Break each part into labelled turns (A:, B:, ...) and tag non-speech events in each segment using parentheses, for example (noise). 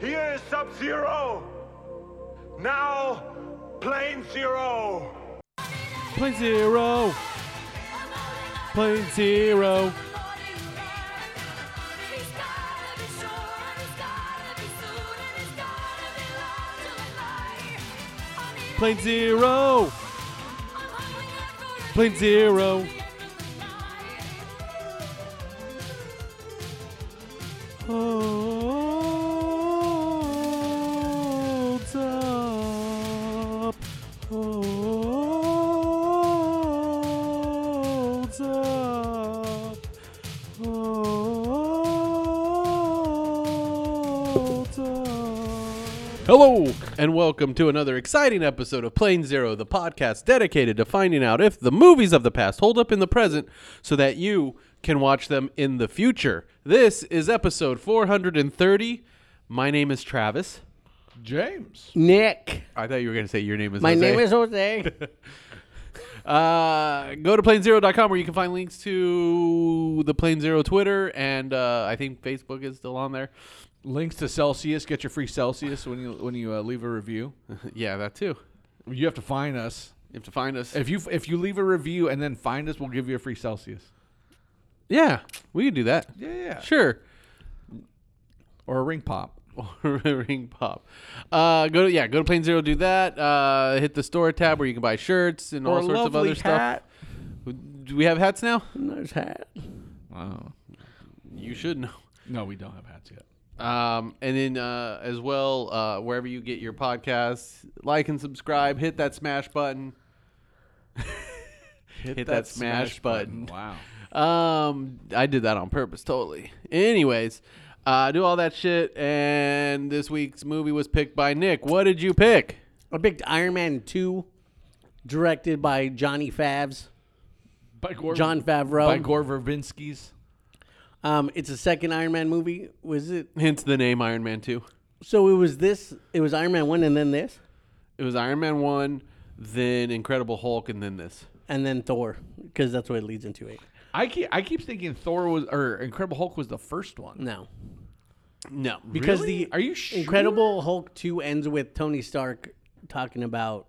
A: Here is Sub Zero. Now, Plane Zero.
B: Plane zero. Plane zero. Plane zero. Plane zero. Holds up. Holds up. Holds up. Hello, and welcome to another exciting episode of Plane Zero, the podcast dedicated to finding out if the movies of the past hold up in the present so that you can watch them in the future. This is episode 430. My name is Travis.
C: James.
D: Nick.
B: I thought you were going to say your name is
D: My
B: Jose.
D: name
B: (laughs)
D: is Jose.
B: Uh, go to planezero.com where you can find links to the Plane Zero Twitter, and uh, I think Facebook is still on there.
C: Links to Celsius. Get your free Celsius when you when you uh, leave a review.
B: (laughs) yeah, that too.
C: You have to find us.
B: You have to find us.
C: If you if you leave a review and then find us, we'll give you a free Celsius.
B: yeah, we can do that.
C: Yeah.
B: Sure. (laughs)
C: Or a ring pop.
B: or ring pop. Uh, go to yeah, go to Plane Zero. Do that. Uh, hit the store tab where you can buy shirts and all
C: a
B: sorts of
C: lovely
B: other stuff. Do we have hats now?
D: nice hat.
C: Wow.
B: You should know.
C: No, we don't have hats yet.
B: Um, and then uh, as well, uh, wherever you get your podcasts, like and subscribe. Hit that smash button. (laughs) Hit, that, smash, button.
C: (laughs) Wow.
B: Um, I did that on purpose, totally. Anyways, uh, do all that shit. And this week's movie was picked by Nick. What did you pick?
D: I picked Iron Man 2, directed by Johnny Favs.
C: By Gore,
D: John Favreau.
C: By Gore Verbinski's.
D: Um, it's a second Iron Man movie. Was it?
B: Hence the name Iron Man Two.
D: So it was this. It was Iron Man 1 and then this,
B: It was Iron Man one, then Incredible Hulk, and then this.
D: and then Thor, because that's what it leads into it.
C: I keep I keep thinking Thor was or Incredible Hulk was the first one.
D: No.
B: No,
D: Because
C: Really?
D: the
C: Are you sure?
D: Incredible Hulk 2 ends with Tony Stark talking about.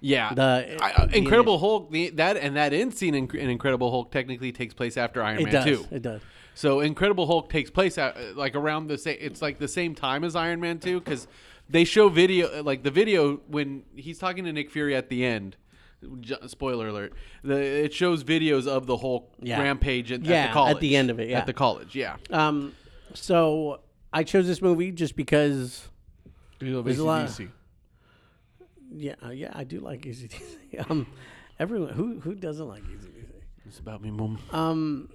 B: yeah,
D: The- uh,
B: I- I-
D: the
B: Incredible Hulk the, that and that end scene in, in Incredible Hulk technically takes place after Iron
D: It
B: Man
D: does.
B: two.
D: It does.
B: So Incredible Hulk takes place at, uh, like around the same. It's like the same time as Iron Man two because they show video uh, like the video when he's talking to Nick Fury at the end. j- Spoiler alert! The, it shows videos of the Hulk
D: Yeah.
B: rampage at, at
D: Yeah,
B: the
D: at
B: college.
D: the end of it, yeah.
B: at the college. Yeah,
D: Um, so I chose this movie just because.
C: There's
D: a lot- Yeah, uh, yeah, I do like Easy DC. (laughs) Um, everyone who who doesn't like Easy DC?
B: it's about me, mom.
D: Um,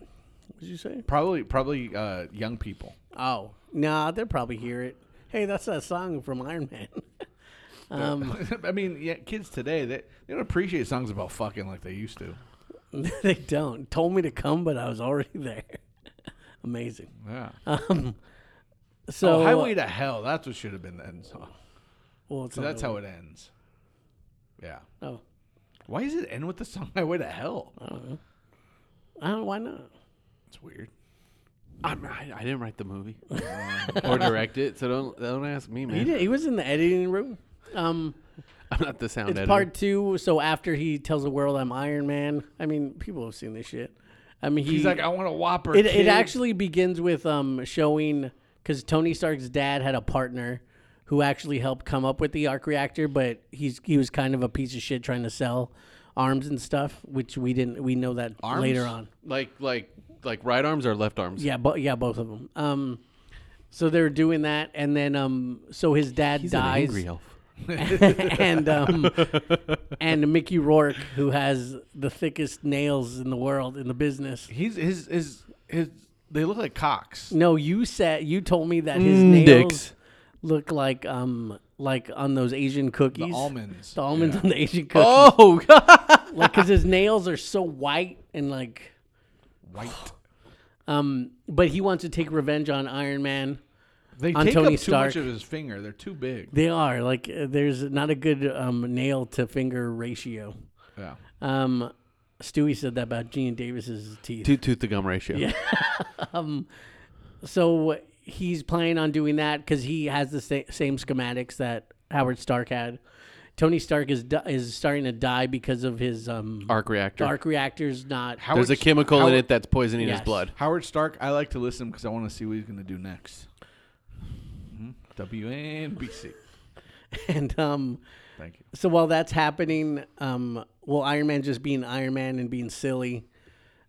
D: what did you say?
C: Probably probably uh, young people. (laughs)
D: Oh, nah, they'll probably hear it. Hey, that's that song from Iron Man. (laughs) um,
C: I mean, yeah, kids today they, they don't appreciate songs about fucking like they used to.
D: they don't told me to come, but I was already (laughs) there. Amazing.
C: Yeah.
D: Um,
C: So
D: so
C: Highway to Hell. That's what should have been the end song.
D: well, it's
C: So that's how
D: not
C: it ends. Yeah.
D: the- Oh,
C: Why does it end with the song Highway to Hell?
D: I don't, Oh, uh, why not?
C: It's weird.
B: I'm, I, I didn't write the
D: (laughs)
B: movie or direct it, so don't don't ask me,
D: He
B: man.
D: did, he was in the editing room. Um,
B: I'm not the sound
D: it's
B: editor.
D: part two. So after he tells the world I'm Iron Man, I mean, people have seen this shit. I mean, he,
C: He's like, I want a Whopper.
D: it,
C: kid."
D: it actually begins with um showing because Tony Stark's dad had a partner who actually helped come up with the arc reactor, but he's he was kind of a piece of shit trying to sell arms and stuff, which we didn't we know that
C: Arms?
D: later on.
B: like like like right arms or left arms.
D: Yeah, bo- yeah, both of them. Um, so they're doing that, and then um, so his dad
B: He's an
D: dies,
B: angry elf.
D: (laughs)
B: (laughs)
D: and um, and Mickey Rourke, who has the thickest nails in the world in the business.
C: He's his his his. They look like cocks.
D: No, you said you told me that his
B: Mm,
D: nails
B: dicks.
D: look like um like on those Asian cookies.
C: The almonds.
D: The almonds on the Asian cookies.
B: Oh (laughs) god!
D: Like cuz his nails are so white and like
C: White.
D: um but he wants to take revenge on Iron Man.
C: They
D: On
C: take
D: Tony
C: up too
D: Stark.
C: much of his finger. They're too big.
D: They are like uh, there's not a good um nail to finger ratio.
C: Yeah.
D: Um Stewie said that about Gene Davis's teeth.
B: Tooth tooth to gum ratio.
D: So he's planning on doing that because he has the sa- same schematics that Howard Stark had. Tony Stark is di- is starting to die because of his um,
B: (laughs) Arc reactor.
D: arc reactors not.
B: There's a chemical in
C: Howard-
B: it that's poisoning his
D: Yes.
B: blood.
C: Howard Stark, I like to listen because I want to see what he's going to do next. Mhm. WNBC.
D: (laughs) and um,
C: Thank you.
D: so while that's happening, um, well, Iron Man just being Iron Man and being silly,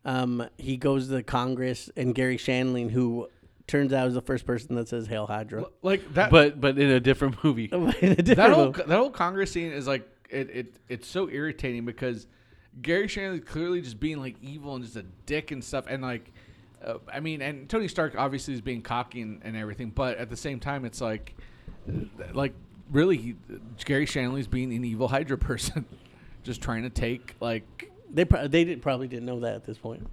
D: um, he goes to Congress and Gary Shandling, who turns out is the first person that says "Hail Hydra." (laughs)
C: Like that.
B: But but in a different (laughs) movie.
D: In a different
C: that whole
D: move.
C: that whole Congress scene is like it, it it's so irritating because Gary Shanley clearly just being like evil and just a dick and stuff and like uh, I mean and Tony Stark obviously is being cocky and, and everything but at the same time it's like uh, like really he, Gary Shanley's being an evil Hydra person (laughs) just trying to take like
D: They pro- they did, probably didn't know that at this point.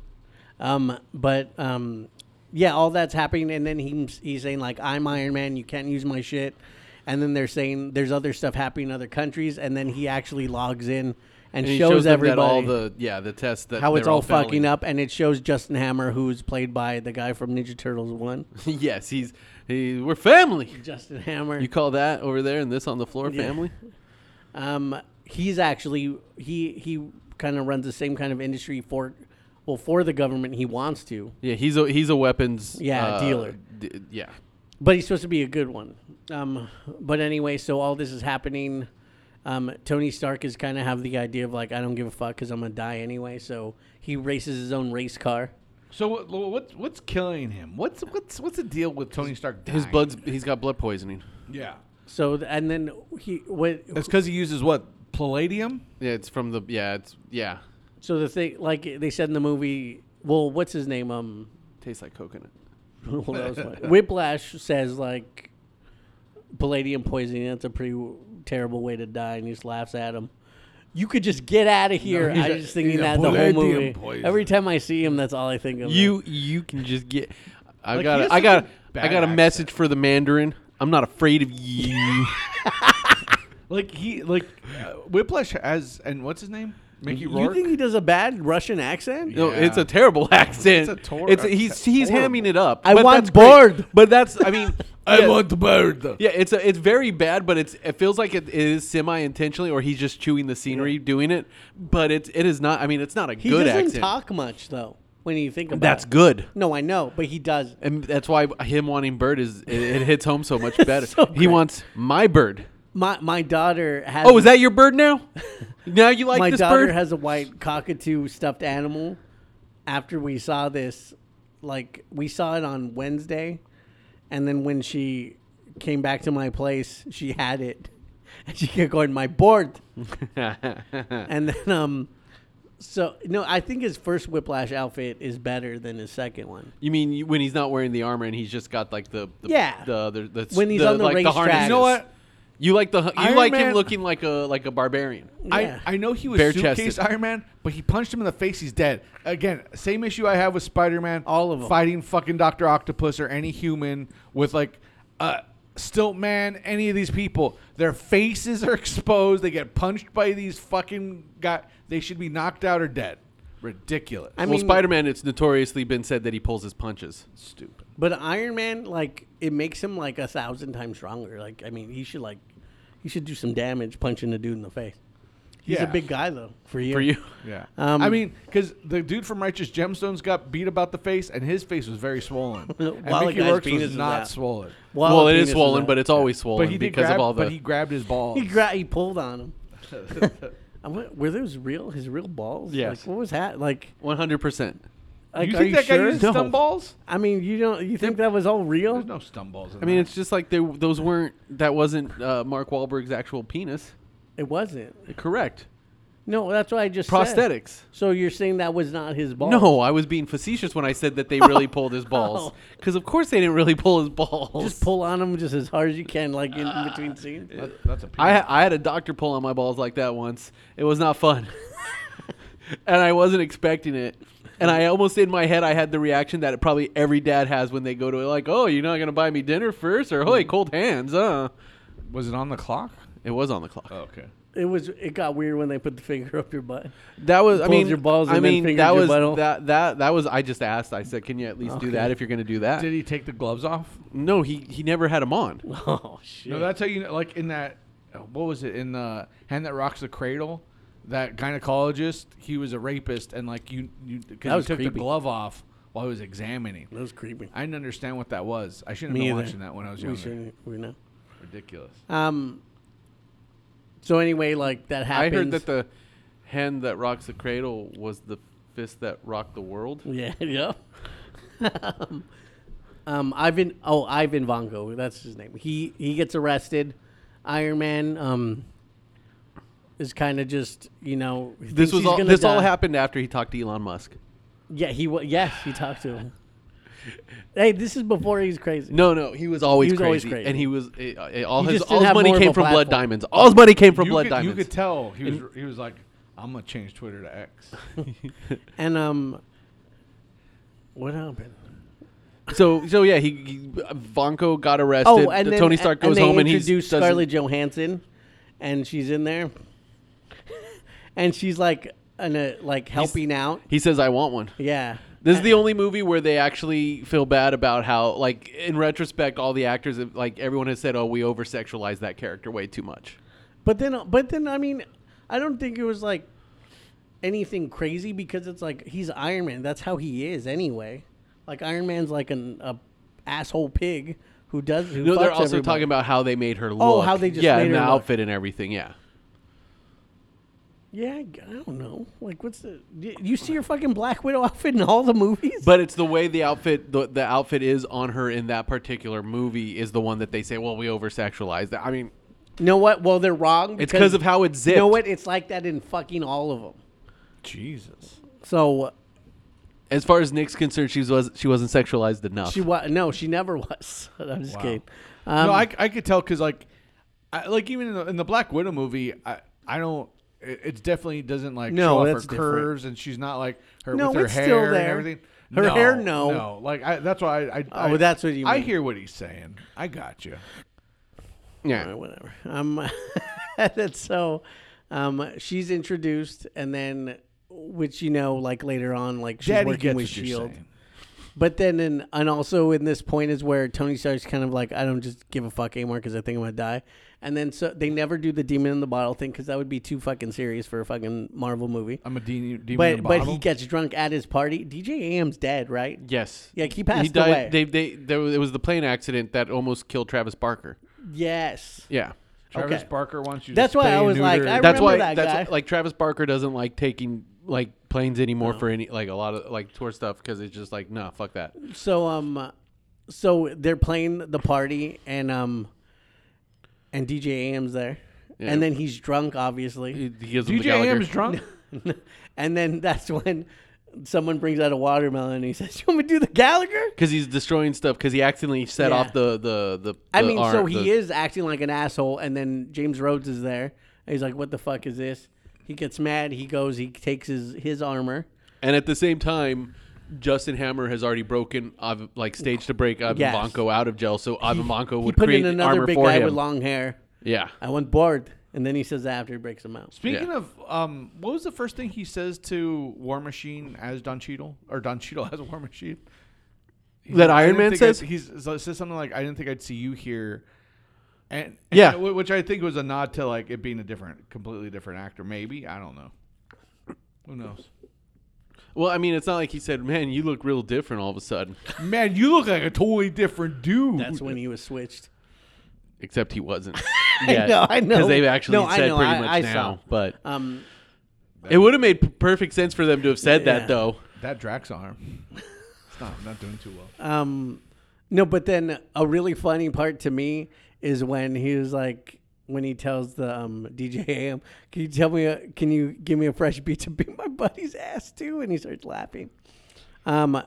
D: Um, but um, yeah, all that's happening, and then he's he's saying like, "I'm Iron Man. You can't use my shit." And then they're saying there's other stuff happening in other countries, and then he actually logs in and,
B: And he
D: shows,
B: shows them that
D: everybody
B: all the yeah the tests that
D: how it's
B: they're
D: all,
B: all
D: fucking
B: failing.
D: up, and it shows Justin Hammer, who's played by the guy from Ninja
B: (laughs)
D: Turtles One,
B: (laughs) yes, he's he, we're family.
D: Justin Hammer.
B: You call that over there and this on the floor family?
D: Um, he's actually he he kind of runs the same kind of industry for, well, for the government he wants to.
B: Yeah, he's a he's a weapons uh,
D: Yeah, dealer.
B: d- yeah.
D: but he's supposed to be a good one. Um, but anyway, so all this is happening. Um, Tony Stark is kind of have the idea of like I don't give a fuck because I'm gonna die anyway. So he races his own race car.
C: so what, what what's killing him what's what's what's the deal with Tony Stark
B: His
C: dying?
B: blood's he's got blood poisoning.
C: yeah
D: So th- and then he what?
C: it's because he uses what palladium
B: Yeah, it's from the yeah, it's yeah.
D: So the thing like they said in the movie. Well, what's his name? Um,
B: Tastes like coconut.
D: well, that was my- Whiplash says like palladium poisoning. That's a pretty w- terrible way to die, and he just laughs at him. You could just get out of here.
C: he's
D: I
C: a-
D: was just thinking
C: he's a
D: that the whole
C: palladium
D: movie.
C: poison.
D: Every time I see him, that's all I think of.
B: You you can just get I
C: Like,
B: got
C: he
B: a,
C: has
B: I got
C: such a
B: a,
C: bad
B: I got a
C: accent.
B: message for the Mandarin. I'm not afraid of you.
C: like he like uh, Whiplash has and what's his name Mickey
D: You
C: Rourke
D: think he does a bad Russian accent?
B: No, it's
C: Yeah.
B: a terrible accent.
C: It's a tor-
B: It's- he's
C: it's
B: he's
C: horrible.
B: hamming it up.
D: I
B: but
D: want
B: that's great.
D: board.
B: But that's I
C: (laughs)
B: mean yeah,
C: the bird.
B: Yeah, it's a, it's very bad, but it's it feels like it is semi intentionally, or he's just chewing the scenery doing it. But it's it is not. I mean, it's not a
D: He
B: good
D: doesn't
B: accent.
D: talk much though. When you think about
B: That's
D: it.
B: good,
D: No, I know, but he does.
B: and that's why him wanting bird is it, it hits home so much better.
D: so
B: he
D: great.
B: wants my bird.
D: My my daughter has.
B: Oh, is that your bird now? (laughs) now you like
D: my
B: this
D: daughter
B: bird?
D: has a white cockatoo stuffed animal. After we saw this, like we saw it on Wednesday, and then when she came back to my place, she had it, (laughs) and she kept going, "My board." and then um, so no, I think his first Whiplash outfit is better than his second one.
B: you mean you- when he's not wearing the armor and he's just got like the, the
D: Yeah.
B: the, other the
D: When he's on the
B: like the
D: racetrack.
B: harness.
D: You
C: know what?
B: You like the you
C: Iron
B: like him
C: Man-
B: looking like a like a barbarian.
D: Yeah.
C: I, I know he was
B: Bare-chested.
C: suitcase Iron Man, but he punched him in the face. He's dead. Again, same issue I have with Spider Man.
D: All of 'em.
C: fighting fucking Doctor Octopus or any human with like uh, Stilt Man. Any of these people, their faces are (laughs) exposed. They get punched by these fucking guy. They should be knocked out or dead. Ridiculous.
D: I
B: well,
D: mean-
B: Spider Man, it's notoriously been said that he pulls his punches.
C: stupid.
D: But Iron Man, like, it makes him like a thousand times stronger. Like, I mean, he should like, he should do some damage punching a dude in the face. He's
C: Yeah.
D: a big guy though. For you,
B: For you,
C: Yeah.
D: Um,
C: I mean, because the dude from Righteous Gemstones got beat about the face, and his face was
D: (laughs)
C: very swollen. and
D: While the
C: Mickey
D: guy's
C: Rourke's
D: penis
C: was
D: is
C: not
D: out.
C: swollen.
D: While
B: well,
D: the
B: it
D: penis
B: is
D: is
B: swollen,
D: out.
B: but it's always swollen
C: But he did
B: because
C: grab,
B: of all the.
C: but he grabbed his balls.
D: he gra- he pulled on him. I went, were those real his real balls?
B: Yes.
D: Like, what was that? Like,
B: One hundred percent.
D: like
C: you
D: are
C: think
D: you
C: that guy
D: sure?
C: used stump balls?
D: I mean, you don't. You think that was all real?
C: There's no stump balls. In
B: I mean, it's just like they, those weren't. That wasn't uh, Mark Wahlberg's actual penis.
D: It wasn't.
B: Correct.
D: No, that's what I just said.
B: Prosthetics.
D: So you're saying that was not his balls? Oh.
B: No, I was being facetious when I said that
D: (laughs)
B: they really pulled his balls. Because of course they didn't really pull his balls.
D: Just pull on him just as hard as you can, like in between scenes.
C: That- that's a penis.
B: I I had a doctor pull on my balls like that once. It was not
D: (laughs)
B: fun, and I wasn't expecting it. And I almost in my head I had the reaction that probably every dad has when they go to like, oh, you're not gonna buy me dinner first, or hey, cold hands, huh?
C: was it on the clock?
B: It was on the clock.
C: Oh, okay.
D: It was. It got weird when they put the finger up your butt. (laughs)
B: That was. I
D: Pulled
B: mean,
D: your balls
B: I
D: and then
B: mean,
D: fingered
B: that
D: your
B: was
D: butthole.
B: that that that was. I just asked. I said, "Can you at least do that if you're going to do that?"
C: Did he take the gloves off?
B: no, he he never had him on.
D: Oh shit!
C: No, that's how you know, like in that. uh, What was it in the hand that rocks the cradle? That gynecologist, he was a rapist, and like you, you
D: That
C: because
D: was
C: he took
D: creepy.
C: the glove off while he was examining.
D: that was creepy.
C: I didn't understand what that was. I shouldn't
D: Me
C: have been
D: either.
C: watching that when I was
D: we
C: younger.
D: should. We know.
C: Ridiculous.
D: Um. So anyway, like that
B: I
D: happens.
B: heard that the hand that rocks the cradle was the fist that rocked the world.
D: Yeah, yeah. (laughs) um, Ivan. Oh, Ivan Vongo. That's his name. He he gets arrested. Iron Man. Um, is kind of just you know. he
B: This
D: thinks
B: was
D: he's
B: all.
D: gonna
B: This all
D: die.
B: happened after he talked to Elon Musk.
D: Yeah, he was. Yes, he talked to him. hey, this is before he's crazy.
B: No, no, he was always,
D: He was
B: crazy,
D: always crazy.
B: and he was eh, eh, all
D: He
B: his
D: just
B: all
D: didn't
B: his
D: have
B: money
D: more of
B: came
D: a
B: from Blood
D: platform.
B: Diamonds. All his money came from
C: you
B: Blood
C: could,
B: Diamonds.
C: You could tell he was. He was like, "I'm gonna change Twitter
D: (laughs)
C: to X."
D: And um, what happened?
B: So so yeah, he, he Vonko got arrested.
D: Oh, and then
B: Tony Stark
D: and
B: goes
D: they
B: home and he
D: introduce
B: doesn't-
D: Scarlett Johansson, and she's in there, and she's like an, uh, like helping out.
B: He says, "I want one."
D: Yeah.
B: This is the only movie where they actually feel bad about how, like, in retrospect, all the actors, have- like, everyone has said, "Oh, we over sexualized that character way too much."
D: But then, but then, I mean, I don't think it was like anything crazy because it's like he's Iron Man. That's how he is anyway. Like Iron Man's like an a asshole pig who does. Who
B: No, they're
D: fucks
B: also
D: everybody.
B: talking about how they made her look.
D: Oh, how they just
B: yeah,
D: made
B: and
D: her
B: the
D: look.
B: outfit and everything. Yeah,
D: Yeah, I g- I don't know. Like, what's the? y- You see your fucking Black Widow (laughs) outfit in all the movies?
B: but it's the way the outfit the, the outfit is on her in that particular movie is the one that they say, "Well, we over sexualized." that." I mean,
D: you know what? Well, they're wrong.
B: it's because of how it's zipped.
D: You know what? It's like that in fucking all of them.
C: Jesus.
D: So
B: As far as Nick's concerned, she was she wasn't sexualized enough.
D: she was no, she never (laughs) was. I'm just
C: Wow.
D: kidding. Um,
C: no, I, c- I could tell because like, I, like even in the, in the Black Widow movie, I I don't. It, it's definitely doesn't like
D: No,
C: show off
D: that's
C: her
D: different.
C: curves, and she's not like her
D: No,
C: with her
D: it's
C: hair
D: still
C: and
D: there.
C: everything.
D: Her
C: no,
D: hair, no.
C: no. Like I, that's why I. I
D: Oh,
C: I-
D: that's what you
C: I
D: mean.
C: hear what he's saying. I got you.
B: yeah.
D: whatever. Um, (laughs) that's so. Um, she's introduced, and then, which you know, like later on, like she's
C: Daddy
D: working
C: gets
D: with
C: what you're
D: Shield.
C: saying.
D: E But then, in, and also in this point is where Tony Stark's kind of like, I don't just give a fuck anymore because I think I'm gonna die. And then so they never do the demon in the bottle thing because that would be too fucking serious for a fucking Marvel movie.
C: I'm a demon, demon in
D: But
C: a
D: but
C: bottle.
D: he gets drunk at his party. DJ AM's dead, right?
B: Yes.
D: Yeah, he passed
B: he died.
D: away.
B: They, they, there was, it was the plane accident that almost killed Travis Barker.
D: Yes.
B: Yeah.
C: Travis
D: okay.
C: Barker wants you.
D: That's
C: to
D: why
C: stay
D: I was like,
C: neutered.
D: I
B: That's
D: remember
B: why.
D: that
B: that's
D: guy.
B: why- like Travis Barker doesn't like taking like planes anymore for any like a lot of like tour stuff because it's just like nah, fuck that.
D: So um, so they're playing the party, and um, and DJ AM's there,
B: Yeah.
D: and then he's drunk, obviously,
B: He, he gives him the
C: DJ
B: Gallagher.
C: Am's
B: (laughs)
C: drunk.
D: (laughs) and then that's when someone brings out a watermelon, and he says, "You want me to do the Gallagher?"
B: Because he's destroying stuff. Because he accidentally set
D: Yeah.
B: off the the the.
D: I
B: the
D: mean,
B: ar-
D: so he
B: the-
D: is acting like an asshole, and then James Rhodes is there, and he's like, "What the fuck is this?" He gets mad. He goes. He takes his his armor.
B: And at the same time, Justin Hammer has already broken Iv- like stage to break Ivan
D: Yes.
B: Vanko out of jail, so Ivan Vanko
D: He
B: would
D: put
B: create
D: in another
B: armor
D: big
B: for
D: guy
B: him.
D: with long hair.
B: yeah.
D: I went bored, and then he says that after he breaks him out.
C: Speaking
B: Yeah.
C: of, um, what was the first thing he says to War Machine as Don Cheadle or Don Cheadle (laughs) as War Machine? He-
B: That
C: I
B: Iron
C: didn't
B: Man
C: think I'd-
B: says?
C: he's so- says something like, "I didn't think I'd see you here," and, and
B: Yeah.
C: wh- which I think was a nod to like it being a different, completely different actor. Maybe I don't know. Who knows?
B: Well, I mean, it's not like he said, "Man, you look real different all of a sudden."
C: Man, you look like a totally different dude.
D: That's when he was switched.
B: Except he wasn't.
D: know, (laughs) I know.
B: Because they've actually
D: No, I
B: said
D: know,
B: pretty
D: I-
B: much
D: I
B: now.
D: saw.
B: But
D: Um,
B: it would have made p- perfect sense for them to have said
D: Yeah.
B: that,
D: (laughs)
B: though.
C: that Drax arm. (laughs) it's not not doing too well.
D: Um, no, but then a really funny part to me is when he was like, when he tells the um, DJ AM, "Can you tell me? A, can you give me a fresh beat to beat my buddy's ass too?" And he starts laughing. Um,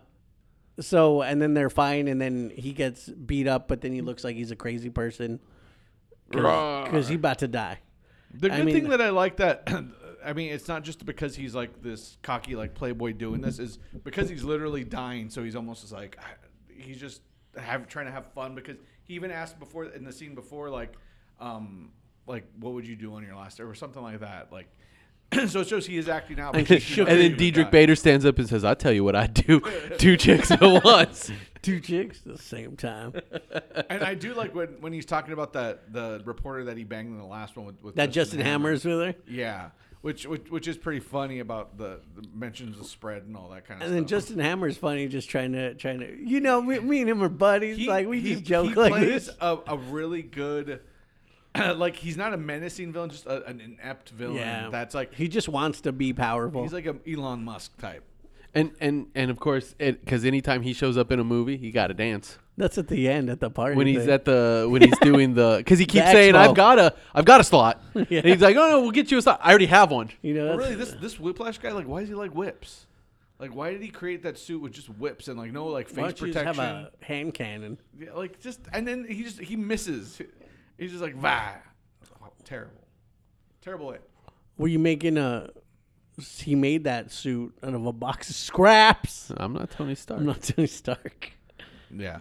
D: so and then they're fine, and then he gets beat up, but then he looks like he's a crazy person because he about to die.
C: The good
D: I mean-
C: thing that I like that, (clears throat) I mean, it's not just because he's like this cocky, like playboy doing this, is because he's literally dying. So he's almost just like, he's just have, trying to have fun because he even asked before in the scene before, like, um, like what would you do on your last or something like that. Like, (clears throat) so it shows he is acting out.
B: and
C: but he should
B: then
C: agree with
B: Diedrich
C: that.
B: Bader stands up and says, "I tell you what I do: (laughs) two chicks at once."
D: Two chicks at the same
C: (laughs)
D: time.
C: And I do like when, when he's talking about that the reporter that he banged in the last one with, with
D: That Justin Hammer's with her.
C: Yeah, which, which which is pretty funny about the, the mentions the spread and all that kind of
D: And then
C: stuff.
D: Justin Hammer's funny, just trying to trying to you know me, me and him are buddies. like we
C: he-
D: just joke
C: he
D: like
C: plays
D: this.
C: A, a really good. (clears throat) like he's not a menacing villain, just a, an inept villain.
D: Yeah,
C: that's like
D: he just wants to be powerful.
C: he's like an Elon Musk type.
B: And and and of course, because anytime he shows up in a movie, he got to dance.
D: That's at the end at the party.
B: When he's
D: thing.
B: at the when he's doing the
D: (laughs)
B: because he keeps saying,
D: expo.
B: "I've got a I've got a
D: (laughs)
B: slot,"
D: Yeah.
B: and he's like, "Oh no, we'll get you a slot. I already have one."
D: you know
C: But
D: that's,
C: really, this this Whiplash guy, like, why does he like whips? Like, why did he create that suit with just whips and like no like
D: why
C: face
D: don't you just have
C: protection?
D: a hand cannon?
C: Yeah, like just and then he just he misses. He's just like va. Terrible, terrible. Hit.
D: Were you making a? He made that suit out of a box of scraps.
B: I'm not Tony Stark.
D: I'm not (laughs) Tony Stark.
C: Yeah,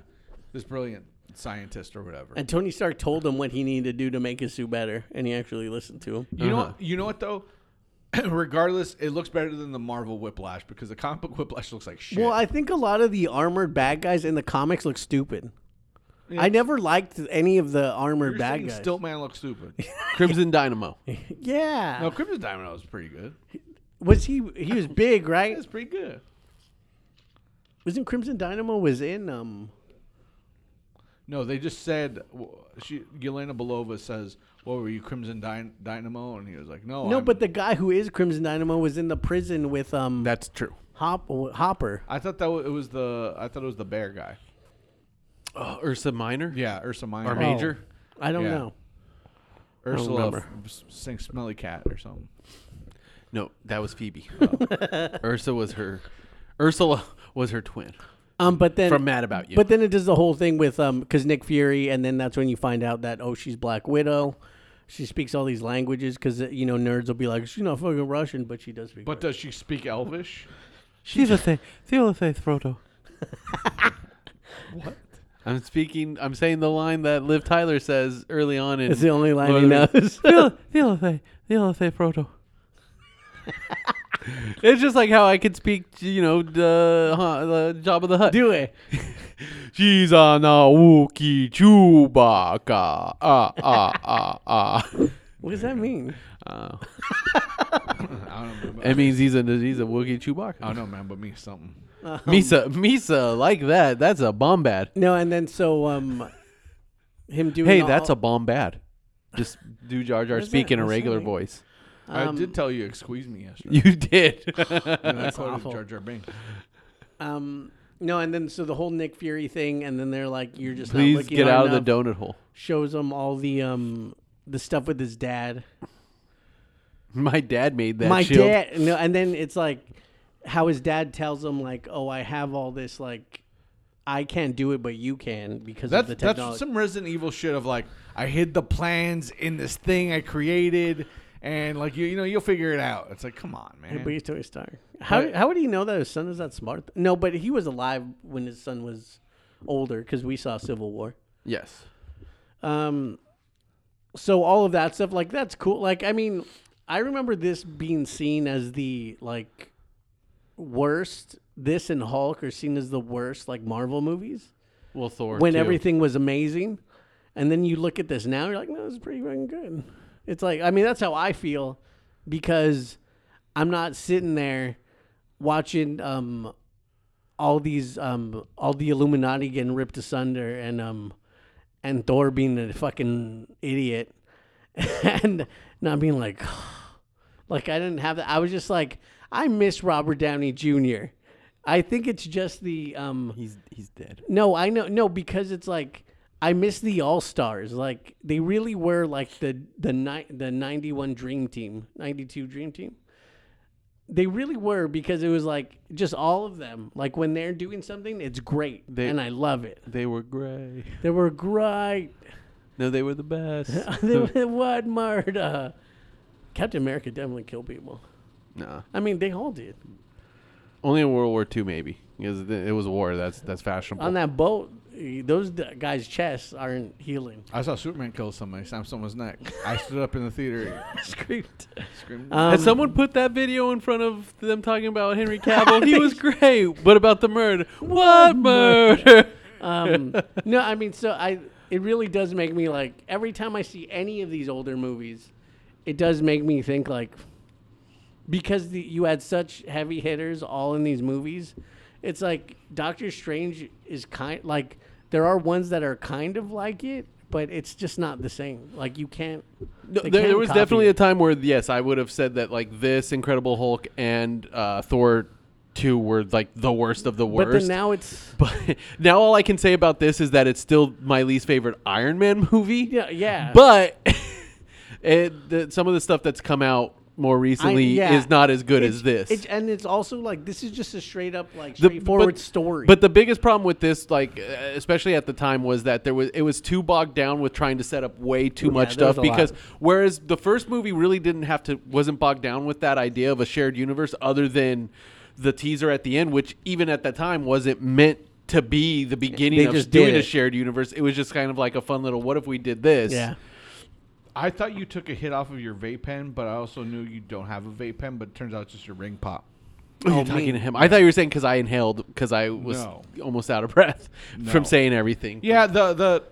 C: this brilliant scientist or whatever.
D: And Tony Stark told him what he needed to do to make his suit better, and he actually listened to him.
C: You know, what- you know what though. (clears throat) Regardless, it looks better than the Marvel Whiplash because the comic book Whiplash looks like shit.
D: Well, I think a lot of the armored bad guys in the comics look stupid. I never liked any of the armored
C: You're
D: bad
C: saying
D: guys.
C: Stiltman looks
D: (laughs)
C: stupid.
B: (laughs) Crimson Dynamo.
D: yeah,
C: no, Crimson Diamond was pretty good.
D: was he? He was
B: (laughs)
D: big, right?
C: That's pretty good.
D: Wasn't Crimson Dynamo was in um?
C: No, they just said w- she Yelena Belova says, "What were you, Crimson Dyn- Dynamo?" And he was like, "No,
D: No,
C: I'm-
D: but the guy who is Crimson Dynamo was in the prison with um
B: That's true.
D: Hop Hopper.
C: I thought that w- it was the I thought it was the bear guy.
B: Uh, Ursa Minor
C: Yeah, Ursa Minor.
B: or Major.
D: Oh, I don't
C: Yeah.
D: know.
C: Ursula
B: remember.
C: f- s- sing Smelly Cat or something.
B: No, that was
D: (laughs)
B: Phoebe. Ursa was her. Ursula was her twin.
D: Um, but then
B: From Mad About You.
D: But then it does the whole thing with um, because Nick Fury, and then that's when you find out that oh, she's Black Widow. She speaks all these languages because you know nerds will be like she's not fucking Russian, but she does speak.
C: But does she speak Elvish?
B: She's a thing. (laughs) Frodo.
C: what?
B: I'm speaking. I'm saying the line that Liv Tyler says early on in.
D: it's the only line he
B: Lord of the-
D: knows.
B: (laughs)
D: (laughs)
B: Theolothe, Theolothe (laughs) Frodo. it's just like how I could speak, you know, the, huh, the Job of the Hut.
D: Do it.
B: She's on a Wookiee Chewbacca. Ah, ah, ah, ah.
D: What does that mean?
C: I don't remember.
B: It means he's a, he's a Wookiee
C: I
B: Chewbacca.
C: don't know, man, but me something.
B: Misa, Misa, like that. That's a bombad.
D: No, and then so um, him doing.
B: Hey,
D: all-
B: that's a bombad. Just do Jar Jar
D: is
B: speak
D: that?
B: in a
D: What's that
B: regular
D: mean?
B: voice. (laughs)
D: Um,
C: I did tell you, excuse me yesterday.
B: You
D: (laughs)
B: did.
C: And I quoted
D: awful.
C: Jar Jar Binks.
D: um. No, and then so the whole Nick Fury thing, and then they're like, "You're just not
B: Please
D: looking
B: get
D: hard
B: out of
D: enough.
B: the donut hole. (laughs)
D: Shows him all the um the stuff with his dad.
B: My dad made that
D: my
B: shield.
D: dad no and then it's like how his dad tells him like oh i have all this like i can't do it but you can because of the
C: That's
D: technology
C: that's some Resident Evil shit of like I hid the plans in this thing I created, and like you you know you'll figure it out. It's like come on, man.
D: but he's Tony Stark. How,
C: But-
D: how would he know that his son is that smart? No, but he was alive when his son was older because we saw Civil War.
B: Yes.
D: Um, so all of that stuff, like that's cool. Like I mean, I remember this being seen as the like worst. This and Hulk are seen as the worst like Marvel movies.
B: Well, Thor.
D: when
B: too.
D: everything was amazing, and then you look at this now, you're like, no, it's pretty fucking good. It's like, I mean, that's how I feel because I'm not sitting there watching um, all these um, all the Illuminati getting ripped asunder and um, and Thor being a fucking idiot (laughs) and not being like, (sighs) like I didn't have that. I was just like, I miss Robert Downey Jr. I think it's just the um,
B: he's he's dead.
D: no, I know. No, because it's like I miss the All Stars. Like they really were like the the ni- the ninety one Dream Team, ninety two Dream Team. They really were because it was like just all of them. Like when they're doing something, it's great,
B: They-
D: and I love it.
B: They were gray.
D: They were great. (laughs)
B: No, they were the best.
D: They were- what murder? Captain America definitely killed people.
B: (laughs) nah,
D: I mean, they all did
B: only in World War II maybe because it was a war. That's that's fashionable.
D: on that boat. eh, those d- guys' chests aren't healing.
C: I saw Superman kill somebody, snap someone's neck. I stood up in the theater,
D: Screamed.
C: screamed.
D: (laughs) Um,
B: Has someone put that video in front of them talking about Henry
D: (laughs)
B: Cavill? he was great, but about the murder. What
D: (laughs)
B: murder?
D: um, (laughs) no, I mean, so I it really does make me like every time I see any of these older movies, it does make me think like because the, you had such heavy hitters all in these movies, it's like Doctor Strange is kind like there are ones that are kind of like it, but it's just not the same. Like you can't.
B: No,
D: they
B: there, there
D: can't
B: was
D: copy
B: definitely a
D: it.
B: time where yes, I would have said that like this Incredible Hulk and uh, Thor two were like the worst of the worst.
D: But then now it's
B: (laughs) But now all I can say about this is that it's still my least favorite Iron Man movie.
D: yeah yeah.
B: But (laughs) it, the, some of the stuff that's come out more recently
D: yeah.
B: is not as good
D: it's,
B: as this.
D: it's- and it's also like this is just a straight up like
B: The-
D: straightforward
B: but-
D: story.
B: But the biggest problem with this, like uh, especially at the time, was that there was it was too bogged down with trying to set up way too much
D: there was
B: stuff.
D: a lot.
B: Because whereas the first movie really didn't have to wasn't bogged down with that idea of a shared universe, other than the teaser at the end, which even at that time wasn't meant to be the beginning
E: They
B: of
E: just
B: doing
E: did
B: a
E: it.
B: shared universe. It was just kind of like a fun little what if we did this?
D: yeah.
C: I thought you took a hit off of your vape pen, but I also knew you don't have a vape pen. But it turns out it's just your ring pop.
B: Are you
E: Oh,
B: talking
E: me.
B: to him? I thought you were saying because I inhaled because I was
C: No.
B: almost out of breath
C: No.
B: from saying everything.
C: Yeah, the the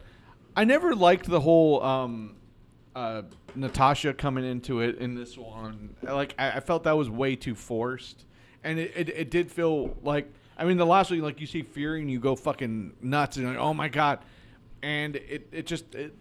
C: I never liked the whole um, uh, Natasha coming into it in this one. Like I, I felt that was way too forced, and it, it, it did feel like I mean the last one like you see Fury and you go fucking nuts and you're like oh my god, and it it just it,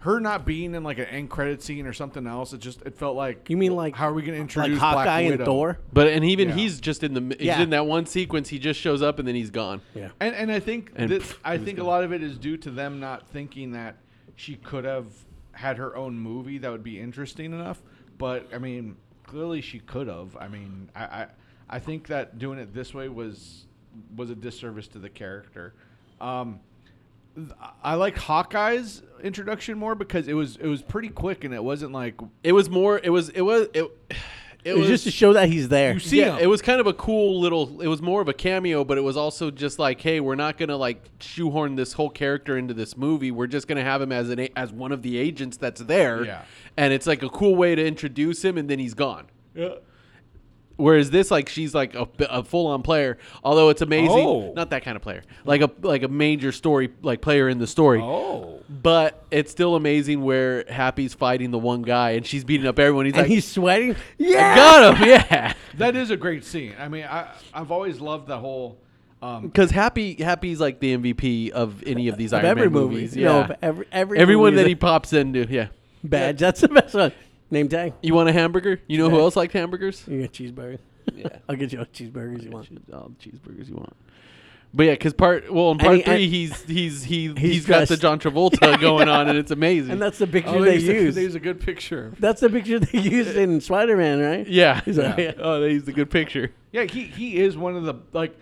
C: her not being in like an end credit scene or something else. It just it felt like
D: You mean like-
C: how are we gonna
E: like
C: introduce
E: Hawkeye
C: Black
E: and
C: Widow?
E: Thor.
B: But and even
C: Yeah.
B: he's just in the he's
E: Yeah.
B: in that one sequence. He just shows up and then he's gone.
D: Yeah.
C: And and I think
B: And
C: this,
B: pfft,
C: I
B: it was
C: think a
B: gone.
C: lot of it is due to them not thinking that she could have had her own movie that would be interesting enough. But I mean, clearly she could have. I mean, I I, I think that doing it this way was was a disservice to the character. Um, th- I like Hawkeye's introduction more because it was it was pretty quick and it wasn't like
B: It was more. It was. It was. It, (sighs) it,
E: It was just to show that he's there.
C: you see
B: yeah,
C: him.
B: it was kind of a cool little. It was more of a cameo, but it was also just like, hey, we're not gonna like shoehorn this whole character into this movie. We're just gonna have him as an a- as one of the agents that's there.
C: Yeah.
B: and it's like a cool way to introduce him, and then he's gone. Whereas this, like, she's like a, full on player. Although it's amazing,
C: Oh.
B: not that kind of player, like a like a major story, like player in the story.
C: oh
B: But it's still amazing where Happy's fighting the one guy and she's beating up everyone. He's
D: And
B: like,
D: he's sweating.
B: "I got
D: (laughs)
B: him, yeah.
C: that is a great scene. I mean, I I've always loved the whole. Um,
B: Because Happy, Happy's like the MVP of any of these Iron
E: every
B: Man
E: movie.
B: movies.
E: No,
B: Yeah,
E: of every- every
B: everyone
E: movie
B: that
E: that-
B: he
D: (laughs)
B: pops into. Yeah,
E: Badge. That's the best one.
D: Name tag.
B: you want a hamburger? You know who else liked hamburgers?
D: You get cheeseburger.
B: Yeah.
D: (laughs) I'll get you a cheeseburger if you want.
B: All the cheeseburgers you want. But yeah, because part well in part
D: he-
B: three
D: and-
B: he's he's
D: (laughs)
B: he he's got
D: dressed-
B: the John
D: (laughs)
B: Travolta going on and it's amazing.
D: And that's the picture
C: oh,
D: they
C: there's a- (laughs)
D: used.
C: there's a good picture.
D: That's the picture they used in Spider Man, right?
B: (laughs) yeah.
D: like-
B: yeah. Oh, they used a good picture.
C: Yeah, he he is one of the like.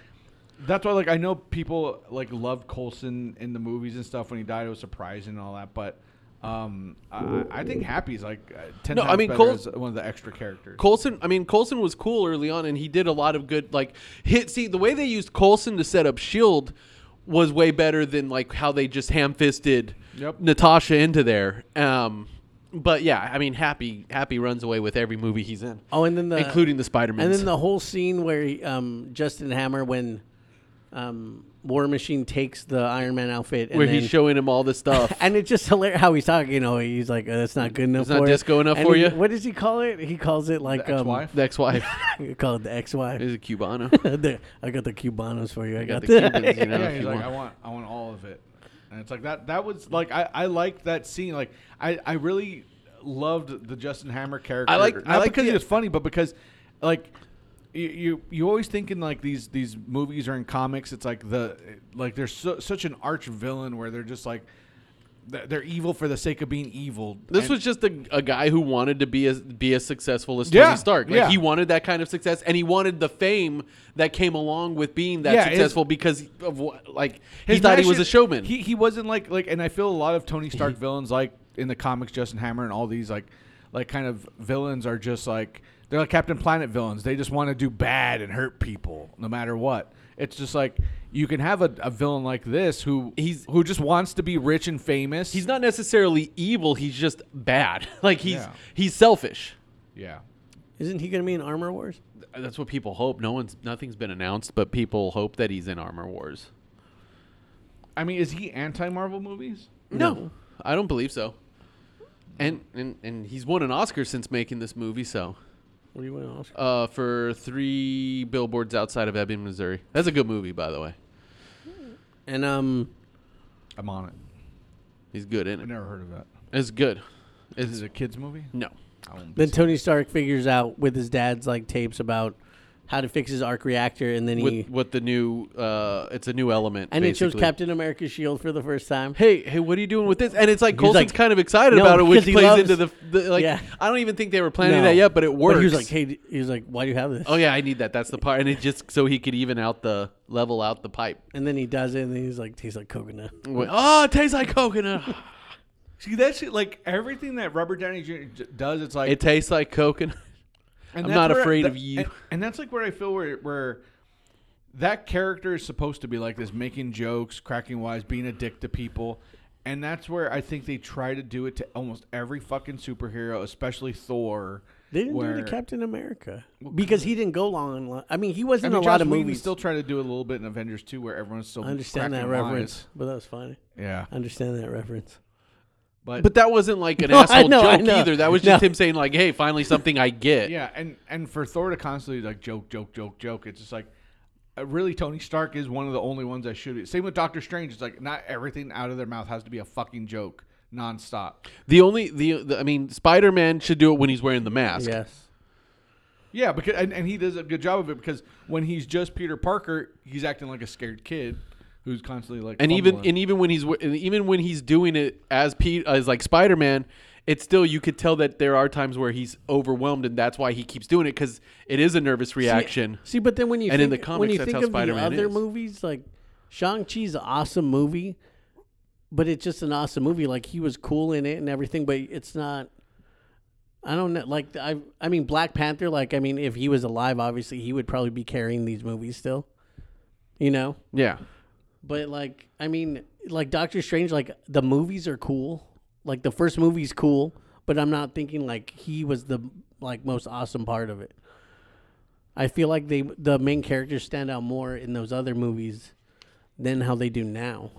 C: That's why like I know people like love Colson in the movies and stuff. When he died, it was surprising and all that. But um, I, I think Happy's like uh, ten
B: No, I
C: times
B: mean,
C: better
B: Col-
C: as one of the extra characters.
B: Colson, I mean, Colson was cool early on, and he did a lot of good. Like, hit. See, the way they used Colson to set up Shield E was way better than like how they just ham-fisted
C: Yep.
B: Natasha into there. Um, but yeah, I mean, Happy Happy runs away with every movie he's in.
D: Oh, and then the
B: including the Spider-Man.
D: and then the whole scene where he, um, Justin Hammer when um, War Machine takes the Iron Man outfit and
B: where
D: then,
B: he's showing him all this stuff.
D: (laughs) and it's just hilarious how he's talking. You know, he's like, oh, "That's not good enough."
B: It's not
D: for you."
B: disco enough
D: And
B: for
D: he-
B: you?
D: What does he call it? He calls it like
C: The
D: um,
C: ex-wife?
B: the ex-wife
D: he called it the ex-wife.
B: is a
D: (laughs)
B: Cubano.
D: The- I got the Cubanos for you. I,
B: got
D: got,
B: the
D: the.
B: Cubans, you know.
C: yeah,
B: if
C: he's
B: you
C: like
B: want.
C: I want I want all of it, and it's like that. That was like I I liked that scene. Like I I really loved the Justin Hammer character.
B: I like-
C: not
B: I like
C: because
B: the-
C: he was funny, but because like. You, you you always think in like these these movies or in comics it's like the like there's so, such an arch villain where they're just like they're they're evil for the sake of being evil.
B: This
C: And-
B: was just a, a guy who wanted to be as be as successful as
C: Yeah,
B: Tony Stark. Like
C: yeah.
B: he wanted that kind of success, and he wanted the fame that came along with being that
C: Yeah, his-
B: successful because of what, like he
C: His
B: thought he was
C: matches-
B: a showman.
C: He he wasn't like like, and I feel a lot of Tony Stark villains like in the comics, Justin Hammer, and all these like like kind of villains are just like they're like Captain Planet villains. They just want to do bad and hurt people no matter what. It's just like you can have a, a villain like this who
B: He's-
C: who just wants to be rich and famous.
B: He's not necessarily evil. He's just bad. (laughs) Like he's
C: Yeah.
B: he's selfish.
C: yeah.
D: (laughs) Isn't he going to be in Armor Wars?
B: That's what people hope. No one's nothing's been announced, but people hope that he's in Armor Wars.
C: I mean, is he anti Marvel movies?
B: No, I don't believe so. And and and he's won an Oscar since making this movie. So
D: What do you want to ask?
B: uh, for three billboards outside of Ebbing, Missouri. That's a good movie, by the way.
D: And um,
C: I'm on it.
B: He's good
C: I
B: in it.
C: never heard of that.
B: It's good. It's
C: Is it a kids movie?
B: no.
C: I won't be
D: then Tony Stark figures out with his dad's like tapes about how to fix his arc reactor, and then he
B: With what the new uh, it's a new element.
D: and it shows
B: basically.
D: Captain America's shield for the first time.
B: hey, hey, what are you doing with this? And it's like Colton's
D: like,
B: kind of excited
D: no,
B: about it, which
D: because he
B: plays
D: loves-
B: into the, the like.
D: Yeah.
B: I don't even think they were planning
D: No.
B: that yet, but it works.
D: But he was like, "Hey," d- he was like, "Why do you have this?"
B: oh yeah, I need that. That's the part, and it just so he could even out the level out the pipe.
D: And then he does it, and then he's like, "Tastes like coconut."
B: Went, oh, it tastes like coconut.
C: See that shit, like everything that Robert Downey Jr. j- does, it's like
B: it tastes like
D: (laughs)
B: coconut.
C: and
B: I'm
C: that's
B: not
C: where I-
B: afraid
C: that-
B: of you.
C: And, and that's like where I feel where where that character is supposed to be like this, making jokes, cracking wise, being a dick to people. And that's where I think they try to do it to almost every fucking superhero, especially Thor.
D: They didn't
C: where,
D: do it to Captain America because he didn't go long. in li- I mean, he was
C: I
D: in a
C: mean, Joss
D: lot of
C: Whedon
D: movies.
C: Still try to do a little bit in Avengers 2 where everyone's still
D: I understand that
C: cracking
D: reference,
C: wise.
D: but that was funny.
C: Yeah,
D: I understand that reference.
C: but,
B: But that wasn't like an
D: No, I
B: asshole
D: know, I
B: joke
D: know.
B: either. That was just
D: No.
B: him saying like, "Hey, finally something I get."
C: Yeah, and and for Thor to constantly like joke, joke, joke, joke, it's just like uh, really Tony Stark is one of the only ones that should be. Same with Doctor Strange. It's like not everything out of their mouth has to be a fucking joke nonstop.
B: The only the, the I mean, Spider Man should do it when he's wearing the mask.
D: Yes.
C: Yeah, because and, and he does a good job of it because when he's just Peter Parker, he's acting like a scared kid who's constantly like
B: and even
C: fumbling.
B: and even when he's w- and even when he's doing it as Pete as like Spider Man, it's still you could tell that there are times where he's overwhelmed, and that's why he keeps doing it because it is a nervous reaction.
D: See, but then when you
B: And in
D: think,
B: the
D: when
B: comics,
D: you
B: that's
D: think
B: how
D: of
B: Spider-Man
D: the other
B: is.
D: movies, like Shang Chi's an awesome movie, but it's just an awesome movie. Like he was cool in it and everything, but it's not. I don't know. Like I, I mean, Black Panther. Like I mean, if he was alive, obviously he would probably be carrying these movies still. You know,
B: yeah,
D: but like I mean, like Doctor Strange. Like the movies are cool. Like the first movie's cool, but I'm not thinking like he was the like most awesome part of it. I feel like they the main characters stand out more in those other movies than how they do now.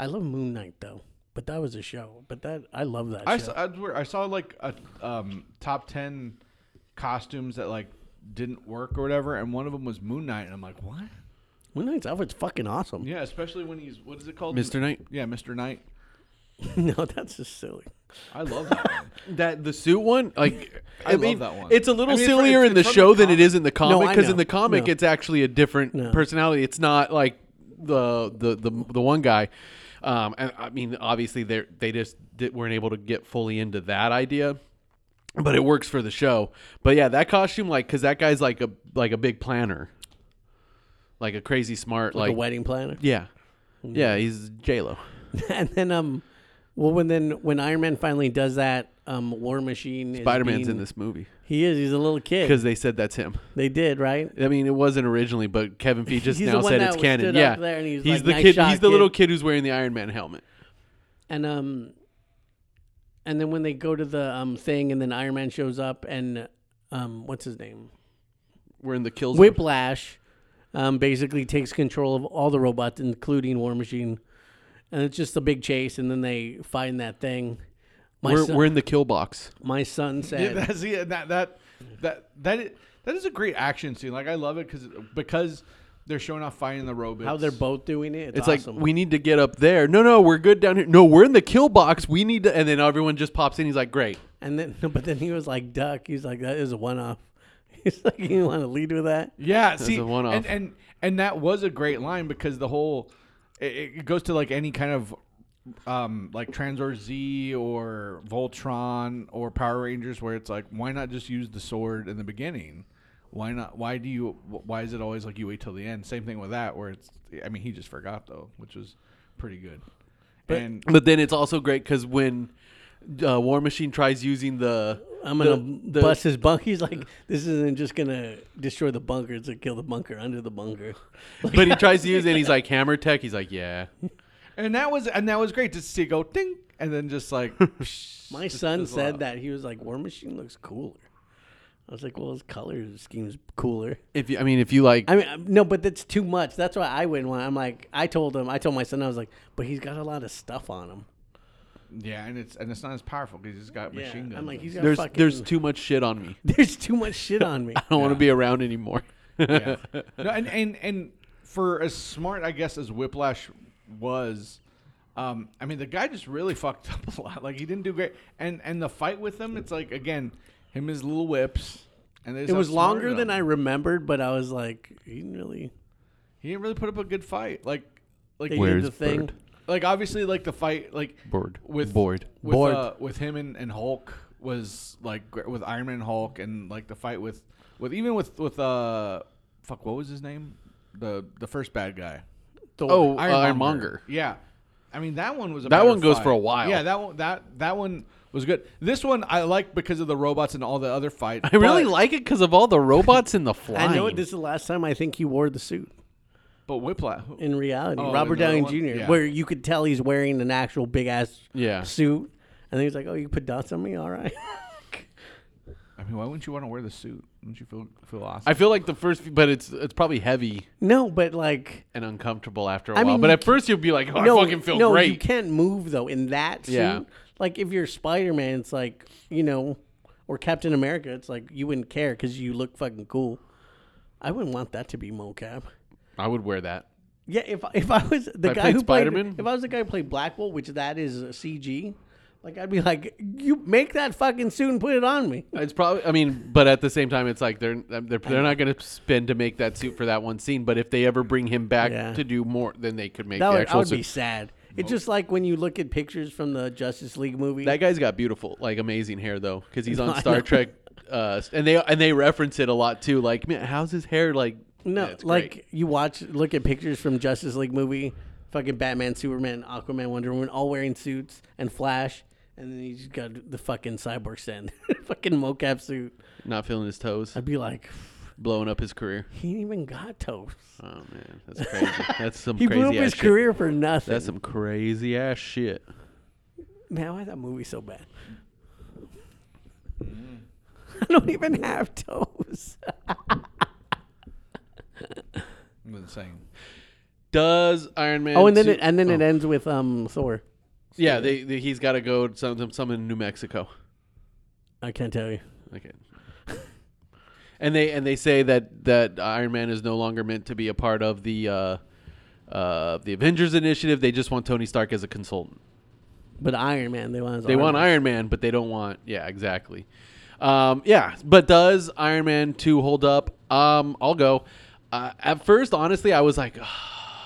D: I love Moon Knight though, but that was a show. But that I love that
C: I
D: show.
C: saw, I, was where- I saw like a um, top ten costumes that like didn't work or whatever, and one of them was Moon Knight, and I'm like, what?
D: Moon Knight's outfit's fucking awesome.
C: Yeah, especially when he's what is it called,
B: Mr. Knight.
C: Yeah, Mr. Knight.
D: (laughs) no, that's just silly.
C: I love that. one.
B: That the suit one, like
C: (laughs) I love that one.
B: It's a little
C: I mean, it's fr-
B: sillier
C: it's-
B: in the
C: it's from
B: show
C: the
B: than it
C: comic.
B: is in the comic
D: I
B: because
D: know.
B: in the comic
D: No.
B: it's actually a different
D: No.
B: personality. It's not like the the the, the one guy. Um, and I mean, obviously they they just did, weren't able to get fully into that idea. But it works for the show. But yeah, that costume, like, cause that guy's like a like a big planner, like a crazy smart,
D: Like,
B: like,
D: a wedding planner.
B: yeah,
C: Mm.
B: yeah, he's J Lo. (laughs)
D: and then um well when then when Iron Man finally does that um War Machine is
B: Spider Man's in
D: being-
B: this movie
D: He is he's a little kid.
B: because they said that's him.
D: They did, right?
B: I mean, it wasn't originally, but Kevin
D: (laughs)
B: Feige just
D: He's the
B: now
D: one
B: said
D: that
B: it's
D: was
B: canon.
D: stood
B: Yeah,
D: up there and he's
B: he's
D: like,
B: the
D: "Nice
B: kid.
D: shot,
B: he's the little
D: kid."
B: kid who's wearing the Iron Man helmet.
D: And um and then when they go to the um thing and then Iron Man shows up and um what's his name?
B: We're in the kill zone.
D: Whiplash um basically takes control of all the robots including War Machine. And it's just a big chase and then they find that thing. My
B: We're,
D: son,
B: we're in the kill box.
D: my son said
C: (laughs) Yeah, that's yeah, that that that that is, that is a great action scene. Like I love it because because they're showing off fighting the robots.
D: how they're both doing it. It's,
B: It's
D: awesome.
B: like we need to get up there. No, no, we're good down here. No, we're in the kill box. We need to. And then everyone just pops in. He's like, "Great."
D: And then, (laughs) but then he was like, "Duck." He's like, "That is a one-off." (laughs) He's like, "You want to lead with that?"
C: yeah. See,
B: a one-off.
C: and and and that was a great line because the whole it, it goes to like any kind of um like Transor Z or Voltron or Power Rangers where it's like why not just use the sword in the beginning. Why not? Why do you? Why is it always like you wait till the end? Same thing with that, where it's. I mean, he just forgot though, which was pretty good. and
B: But then it's also great because when uh, War Machine tries using the
D: I'm
B: the-
D: gonna
B: the-
D: bust his bunk. He's like, this isn't just gonna destroy the bunker; it's gonna kill the bunker under the bunker. (laughs) Like,
B: but he tries to use it and he's
D: (laughs)
B: like hammer tech. He's like, yeah.
C: And that was and that was great to see it go ding and then
D: (laughs)
C: just like psh,
D: my
C: just
D: son
C: fizzle
D: said
C: out.
D: that he was like, War Machine looks cooler. I was like, well, his color scheme's cooler.
B: If you, I mean, if you like,
D: I mean, um, no, but that's too much. That's why I wouldn't want. I'm like, I told him, I told my son, I was like, but he's got a lot of stuff on him.
C: Yeah, and it's and it's not as powerful because he's got machine guns.
D: Yeah, I'm like, he's got
B: there's
D: fucking, (laughs)
B: there's too much shit on me.
D: there's too much shit on me.
B: (laughs) I don't want to be around anymore.
C: (laughs)
B: (laughs)
C: yeah. no, and, and and for as smart I guess as Whiplash was, um, I mean the guy just really fucked (laughs) up a lot. Like he didn't do great. And and the fight with him, it's like again him his little whips. And they just
D: It was
C: outsmarted
D: longer
C: him.
D: than I remembered, but I was like, he didn't really.
C: He didn't really put up a good fight. Like like
D: They
B: Where's
D: did the thing.
B: Bird?
C: like obviously like the fight like
B: Bored.
C: with
B: Bored.
C: with,
D: Bored.
C: Uh, with him and, and Hulk was like gr- with Iron Man and Hulk and like the fight with with even with with uh fuck what was his name the the first bad guy
D: Thor.
B: Oh,
C: Ironmonger.
B: Ironmonger.
C: yeah I mean that one was a
B: That
C: better
B: one goes
C: fight.
B: for a while.
C: yeah that one that that one was good this one I like because of the robots and all the other fight
B: (laughs) I really
C: but,
B: like it because of all the robots and the flying.
D: (laughs) I know this is the last time I think he wore the suit
C: but Whiplash
D: in reality.
C: Oh,
D: Robert
C: in the other
D: Downey
C: one?
D: Jr.,
C: Yeah.
D: where you could tell he's wearing an actual big ass
B: Yeah.
D: suit. And then he's like, oh, you put dots on me? All right. (laughs)
C: I mean why wouldn't you want to wear the suit wouldn't you feel feel awesome
B: I feel like the first, few- but it's it's probably heavy
D: no, but like.
B: and uncomfortable after a
D: I
B: while.
D: mean,
B: but
D: you
B: at first you'll be like, oh,
D: no,
B: I fucking feel
D: no,
B: great.
D: you can't move, though, in that suit.
B: Yeah.
D: Like, if you're Spider Man, it's like, you know, or Captain America, it's like you wouldn't care because you look fucking cool. I wouldn't want that to be mocap.
B: I would wear that.
D: Yeah, if if I was the
B: I
D: guy
B: played
D: who
B: Spider-Man?
D: played, if I was the guy who played Black Bolt, which that is a CG, like I'd be like, you make that fucking suit and put it on me.
B: It's probably. I mean, but at the same time, it's like they're they're, they're not going to spend to make that suit for that one scene. But if they ever bring him back
D: Yeah.
B: to do more, then they could make
D: That
B: the
D: would, I
B: actual
D: would
B: suit. Oh.
D: be sad. It's just like when you look at pictures from the Justice League movie.
B: That guy's got beautiful, like amazing hair though, because
D: (laughs)
B: he's
D: No,
B: on
D: I
B: Star
D: know.
B: Trek, uh, and they and they reference it a lot too. Like, man, how's his hair? Like,
D: no,
B: Yeah, it's
D: like
B: great.
D: you watch, look at pictures from Justice League movie, fucking Batman, Superman, Aquaman, Wonder Woman, all wearing suits and Flash, and then you just got the fucking cyborg stand, (laughs) fucking mocap suit.
B: not feeling his toes,
D: I'd be like,
B: blowing up his career.
D: he ain't even got toes.
B: Oh man, that's crazy. That's some
D: (laughs) He
B: crazy
D: blew up
B: ass
D: his
B: shit.
D: career for nothing.
B: That's some crazy ass shit.
D: Man, why is that movie so bad?
B: Mm.
D: (laughs) I don't even have toes.
C: insane
B: Does Iron Man?
D: oh, and then
B: su-
D: it, and then it ends with um Thor.
B: yeah, they, they, he's got to go to some some in New Mexico.
D: I can't tell you.
B: Okay. and they and they say that that Iron Man is no longer meant to be a part of the uh, uh, the Avengers initiative. They just want Tony Stark as a consultant.
D: But Iron Man, they want his
B: They
D: arm
B: want
D: back.
B: Iron Man, but they don't want yeah, exactly. Um, yeah, but does Iron Man two hold up? Um, I'll go. Uh, at first, honestly, I was like,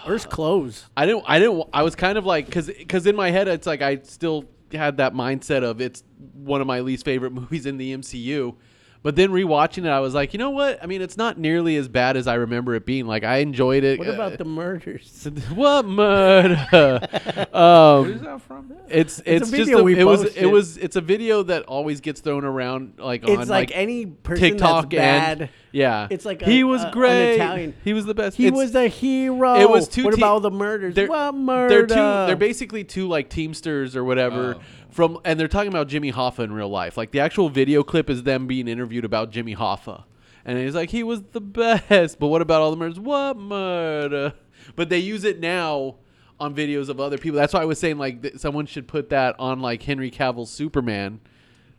D: Earth's clothes.
B: I didn't. I didn't. I was kind of like because because in my head it's like I still had that mindset of it's one of my least favorite (laughs) movies in the MCU. But then rewatching it, I was like, you know what? I mean, it's not nearly as bad as I remember it being. Like I enjoyed it.
D: What about the murders?
B: the (laughs) what
D: (laughs)
B: murder?
C: where is
B: um,
C: that from
B: it's
D: It's a
B: it's, just
D: video
B: a,
D: we
B: it was
D: posted.
B: it was it's a video that always gets thrown around like on
D: It's like, any person
B: TikTok
D: that's bad.
B: and yeah.
D: It's like
B: he
D: a-
B: was
D: a- an
B: great.
D: Italian.
B: He was the best.
D: He
B: It's-
D: was a hero.
B: it was two
D: What
B: te-
D: about all the murders?
B: they're-
D: what
B: they're
D: murder?
B: two they're basically two like teamsters or whatever from and they're talking about Jimmy Hoffa in real life. Like the actual video clip is them being interviewed about Jimmy Hoffa. And he's like he was the best, but what about all the murders? What murder? But they use it now on videos of other people. That's why I was saying like th- someone should put that on like Henry Cavill's Superman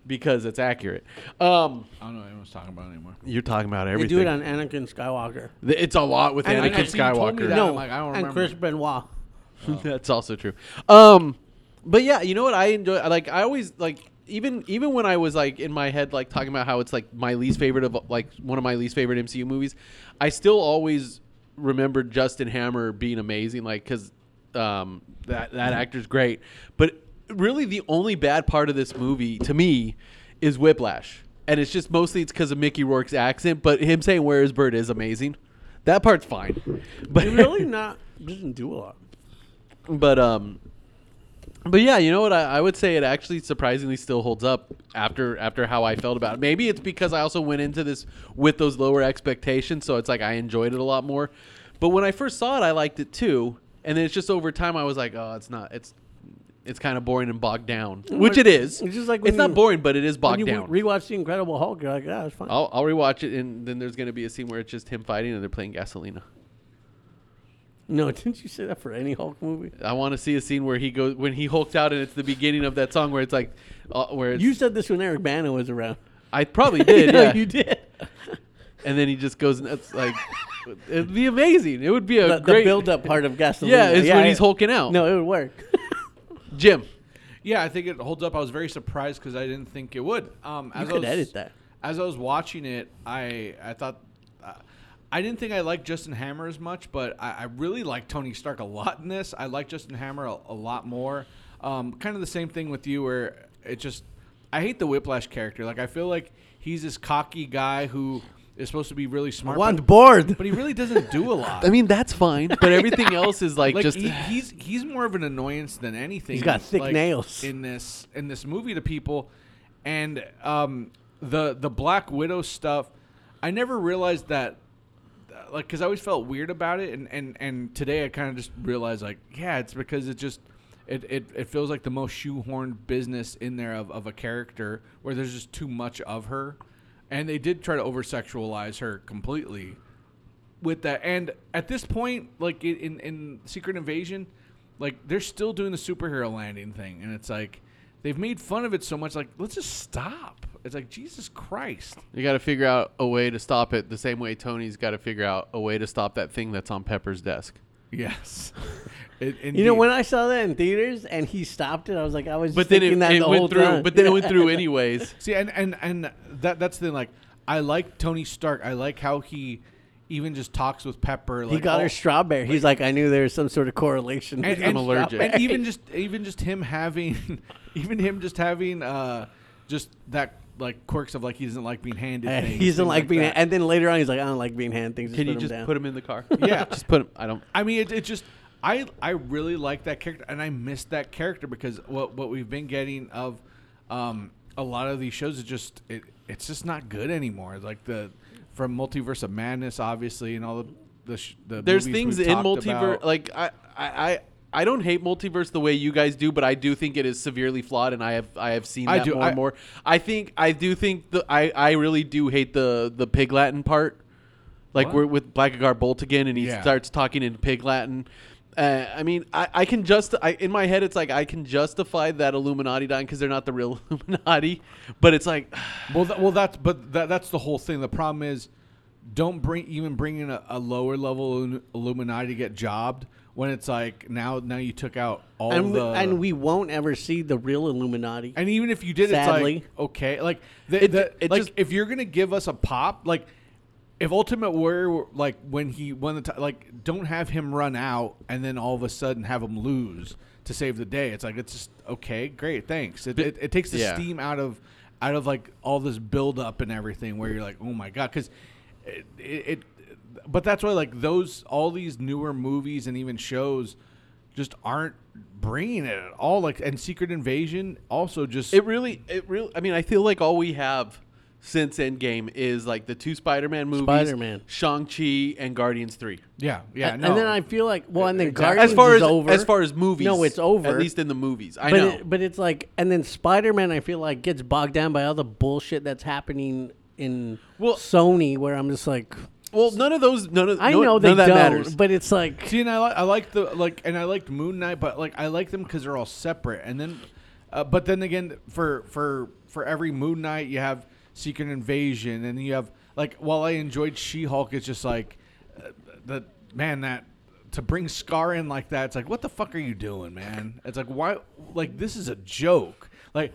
B: because it's accurate. Um
C: I don't know what anyone's talking about anymore
B: you're talking about
D: they
B: everything.
D: do it on Anakin Skywalker.
B: Th- it's a lot with
C: I know,
B: Anakin
C: see, you told me
B: Skywalker.
C: that.
D: no,
C: I'm like, I don't
D: and
C: remember.
D: Chris Benoit.
B: (laughs) That's also true. Um, but yeah, you know what I enjoy? I Like I always like even even when I was like in my head like talking about how it's like my least favorite of like one of my least favorite MCU movies, I still always remembered Justin Hammer being amazing. Like because um, that that actor's great, but really the only bad part of this movie to me is Whiplash. And it's just mostly it's because of Mickey Rourke's accent, but him saying "Where is Bird" is amazing. That part's fine, (laughs) but
D: He really not doesn't do a lot.
B: but um But yeah, you know what? I, I would say it actually surprisingly still holds up after after how I felt about it. Maybe it's because I also went into this with those lower expectations, so it's like I enjoyed it a lot more. But when I first saw it, I liked it too, and then it's just over time I was like, oh, it's not. It's it's kind of boring and bogged down, which it is.
E: Mm, It's just like
B: it's
E: when
B: not
E: you-
B: boring, but it is
E: When
B: bogged
E: you
B: down.
E: re- rewatch the Incredible Hulk, you're like,
D: "Ah,
E: yeah, it's fine.
B: I'll, I'll rewatch it, and then there's going to be a scene where it's just him fighting, and they're playing Gasolina.
E: No, (laughs) didn't you say that for any Hulk movie?
B: I want to see a scene where he goes when he hulked out, and it's the beginning of that song where it's like, uh, where it's,
E: You said this when Eric Bana was around.
B: I
E: (laughs)
B: probably did,
E: No,
B: (laughs) yeah.
E: you did.
B: and then he just goes and it's like, it'd be amazing. It would be a
E: The,
B: great
E: the build-up part of Gasolina.
B: Yeah, it's when
E: I-
B: he's hulking out.
E: No, it would
B: (laughs)
E: work.
B: Jim,
C: Yeah, I think it holds up. I was very surprised because I didn't think it would. Um, as I
E: could
C: was,
E: edit that.
C: As I was watching it, I I thought uh, I didn't think I liked Justin Hammer as much, but I, I really like Tony Stark a lot in this. I like Justin Hammer a, a lot more. Um, kind of the same thing with you, where it just I hate the Whiplash character. Like I feel like he's this cocky guy who is supposed to be really smart,
E: Want
C: but,
E: bored.
C: but he really doesn't do
E: (laughs)
C: a lot.
B: I mean that's fine, but everything else is like,
C: like
B: just
C: he,
E: e
C: he's he's more of an annoyance than anything.
E: He's got thick
C: like,
E: nails.
C: in this in this movie to people, and um, the the Black Widow stuff. I never realized that, like, because I always felt weird about it, and and and today I kind of just realized like, yeah, it's because it just. It, it, it feels like the most shoehorned business in there of, of a character where there's just too much of her. And they did try to over sexualize her completely with that. And at this point, like in- in in Secret Invasion, like they're still doing the superhero landing thing, and it's like they've made fun of it so much. Like, let's just stop. It's like Jesus Christ.
B: (laughs) you got to figure out a way to stop it. The same way Tony's got to figure out a way to stop that thing that's on Pepper's desk.
C: (laughs) Yes.
E: You know, when I saw that in theaters and he stopped it, I was like, I was
B: But then
E: thinking
B: it,
E: that
B: it
E: the whole
B: went through.
E: time.
B: But then it went
E: (laughs)
B: through anyways.
C: See, and and and that that's the thing. Like, I like Tony Stark. I like how he even just talks with Pepper. Like,
E: he got
C: oh,
E: her strawberry. He's like, I knew there was some sort of correlation.
C: and,
E: between
C: and-
B: allergic.
C: And even just even just him having, (laughs) even him just having, uh, just that like quirks of like he doesn't like being handed.
D: Eh,
E: And (laughs)
C: things,
E: he doesn't
C: things
E: like, being,
C: that.
E: and then later on, he's like, I don't like being hand things.
B: Can you
E: put 'em
B: just
E: down.
B: put him in
E: (laughs)
B: the car?
C: Yeah.
B: just put him. I don't.
C: I mean, it, it just I I really like that character, and I miss that character because what what we've been getting of um, a lot of these shows is just it it's just not good anymore. Like the from Multiverse of Madness, obviously, and all the the, sh- the
B: there's
C: movies
B: things
C: we've
B: in
C: talked
B: multiverse
C: about.
B: like I, I i i don't hate multiverse the way you guys do but i do think it is severely flawed and i have i have seen
C: I
B: that
C: do-
B: more
C: I-
B: and more i think i do think the i i really do hate the the pig latin part like
C: What?
B: we're with blackagar bolt again and he
C: Yeah.
B: starts talking in pig latin uh, I mean, I, I can just I, in my head it's like I can justify that Illuminati dying because they're not the real (laughs) Illuminati, but it's like
C: well, that, well, that's but that, that's the whole thing. The problem is, don't bring even bring in a, a lower level Illu- Illuminati to get jobbed when it's like now now you took out all
E: and, we,
C: the
E: and we won't ever see the real Illuminati.
C: And even if you did,
E: Sadly.
C: it's like okay, like the,
B: It-
C: the,
B: it
C: like
B: just-
C: if you're gonna give us a pop, like if Ultimate Warrior, were- like when he won the ti- like don't have him run out and then all of a sudden have him lose to save the day. It's like it's just okay, great, thanks. It, it, it takes the
B: yeah.
C: steam out of out of like all this build up and everything where you're like oh my god because it, it, it but that's why like those all these newer movies and even shows just aren't bringing it at all like and secret invasion also just
B: It really, it really. I mean, I feel like all we have since Endgame is like the two Spider-Man movies,
E: Spider-Man.
B: Shang Chi, and Guardians Three.
C: Yeah, yeah.
E: and,
C: no.
E: and then I feel like, well, and then
C: Exactly.
E: Guardians
B: as far
E: is
B: as
E: over.
B: as far as movies,
E: no, it's over.
B: At least in the movies, I
E: but
B: know.
E: it- but it's like, and then Spider Man, I feel like gets bogged down by all the bullshit that's happening in
B: Well-
E: Sony, where I'm just like,
B: well, none of those, none of,
E: I
B: no-
E: know
B: none
E: they
B: of that
E: don't,
B: matters.
E: but it's like,
C: see, and I, li- I like the like, and I liked Moon Knight, but like I like them because they're all separate. And then, uh, but then again, for for for every Moon Knight, you have Secret Invasion, and you have like. While I enjoyed She Hulk, it's just like uh, the man that to bring Scar in like that. It's like, what the fuck are you doing, man? It's like why? Like this is a joke. Like.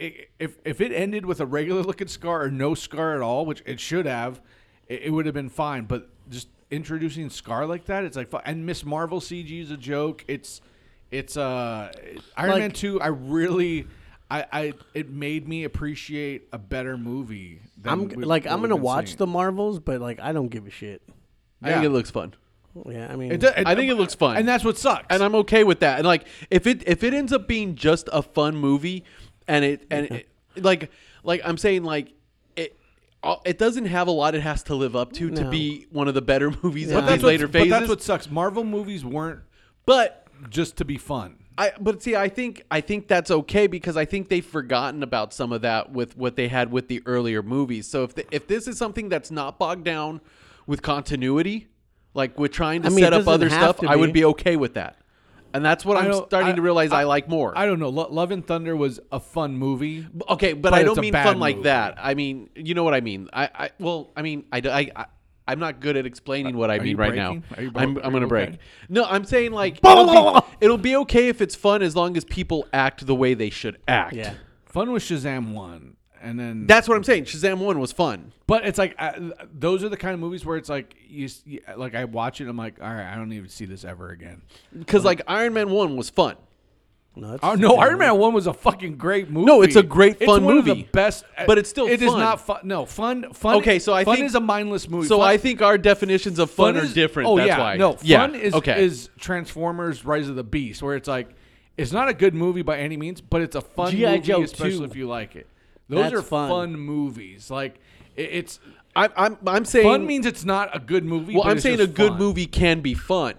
C: i- If if it ended with a regular looking scar or no scar at all, which it should have, it, it would have been fine. But just introducing Scar like that, it's like fu- and Miss Marvel CG is a joke. It's it's uh Iron
E: Like-
C: Man two. I really. I, I it made me appreciate a better movie. Than
E: I'm
C: we-
E: like,
C: what
E: I'm
C: we've
E: gonna
C: been
E: watch
C: seeing.
E: the Marvels, but like, I don't give a shit.
B: I think
C: Yeah.
B: it looks fun.
D: Yeah, I mean,
C: It does-
B: I think it looks fun.
C: and that's what sucks.
B: and I'm okay with that. And like if it if it ends up being just a fun movie, and it and it, like like I'm saying like it all- it doesn't have a lot it has to live up to to
D: No.
B: be one of the better (laughs) movies of
C: But
B: these
C: that's what-
B: later phases.
C: But that's what sucks. Marvel movies weren't
B: but
C: just to be fun.
B: I but see, I think I think that's okay because I think they've forgotten about some of that with what they had with the earlier movies. So if the, if this is something that's not bogged down with continuity, like with trying to
D: I mean,
B: set
D: it
B: up other
D: doesn't have
B: stuff,
D: to
B: I would
D: be.
B: be okay with that. And that's what
C: I
B: I'm
C: don't-
B: starting
C: I-
B: to realize I, like more.
C: I don't know. Lo- Love and Thunder was a fun movie.
B: okay, but, uh,
C: But
B: I
C: it's
B: don't
C: a
B: mean
C: bad
B: fun like
C: movie.
B: that. I mean, you know what I mean. I, I well, I mean, I, I, I am not good at explaining what I
C: you
B: mean right now.
C: breaking? Are you bo-
B: I'm,
C: are
B: I'm
C: you
B: gonna break.
C: okay?
B: No, I'm saying like
C: (laughs)
B: it'll be, it'll be okay if it's fun as long as people act the way they should act.
D: yeah.
C: Fun was Shazam one, and then
B: That's what I'm saying. Shazam one was fun.
C: But it's like I, those are the kind of movies where it's like you, s- you- like I watch it. I'm like, all right, I don't even see this ever again.
B: Because like Iron Man one was fun.
D: No, it's-
C: Oh no, Iron Man one was a fucking great movie.
B: it's a great, fun
C: it's one Of the
B: movie.
C: best,
B: But it's still
C: it is
B: fun.
C: not fun. No fun. Fun.
B: Okay, so I
C: fun
B: think-
C: is a mindless movie.
B: So
C: Fun-
B: I think our definitions of fun,
C: is-
B: are different.
C: Oh
B: That's
C: yeah,
B: why.
C: no fun
B: yeah.
C: is
B: okay.
C: is Transformers: Rise of the Beast, where it's like it's not a good movie by any means, but it's a fun
D: G.I.
C: movie,
D: Joe
C: especially
D: 2.
C: if you like it. Those
D: That's
C: are
D: fun.
C: movies. Like it, it's
B: I, I'm I'm saying
C: fun means it's not a good movie.
B: well
C: but
B: I'm
C: it's
B: saying a
C: just
B: good
C: fun.
B: movie can be fun.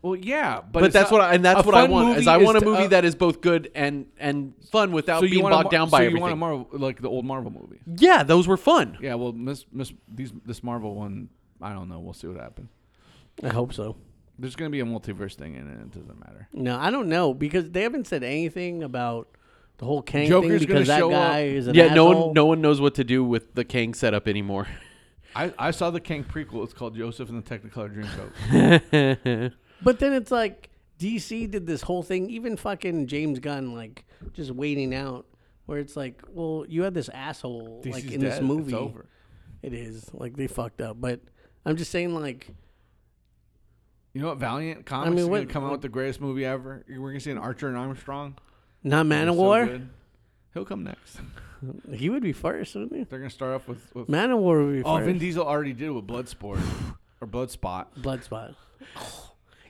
C: Well, yeah, but,
B: but
C: it's
B: that's
C: not-
B: what I, and that's
C: a
B: what I
C: fun
B: want is
C: movie
B: I want a
C: to-
B: movie
C: uh,
B: that is both good and and fun without
C: so you
B: being
C: want a
B: bogged
C: Mar-
B: down by
C: so
B: everything.
C: You want a Marvel like the old Marvel movie?
B: yeah, those were fun.
C: Yeah, well, miss miss these this Marvel one. I don't know. We'll see what happens.
D: I hope so.
C: There's gonna be a multiverse thing in it. It doesn't matter.
D: No, I don't know because they haven't said anything about the whole Kang
C: Joker's
D: thing
C: gonna
D: because that
C: show up.
D: guy is an
B: yeah, no
D: asshole.
B: one no one knows what to do with the Kang setup anymore. (laughs)
C: I, I saw the Kang prequel. It's called Joseph and the Technicolor (laughs) Dreamcoat.
D: But then it's like DC did this whole thing, even fucking James Gunn, like just waiting out, where it's like, well, you had this asshole like
C: DC's
D: in
C: dead.
D: this
C: It's
D: movie.
C: over.
D: It is like they fucked up, but I'm just saying, like,
C: You know what? Valiant Comics is
D: what-
C: gonna come out with the greatest movie ever. We're gonna see an Archer and Armstrong.
D: not Man
C: They're
D: of
C: so
D: War.
C: good. He'll come next. (laughs)
D: he would be first, wouldn't he?
C: They're gonna start off with. with
D: Man of War would be
C: oh,
D: first.
C: Vin Diesel already did with Bloodsport or Bloodspot.
D: Bloodspot.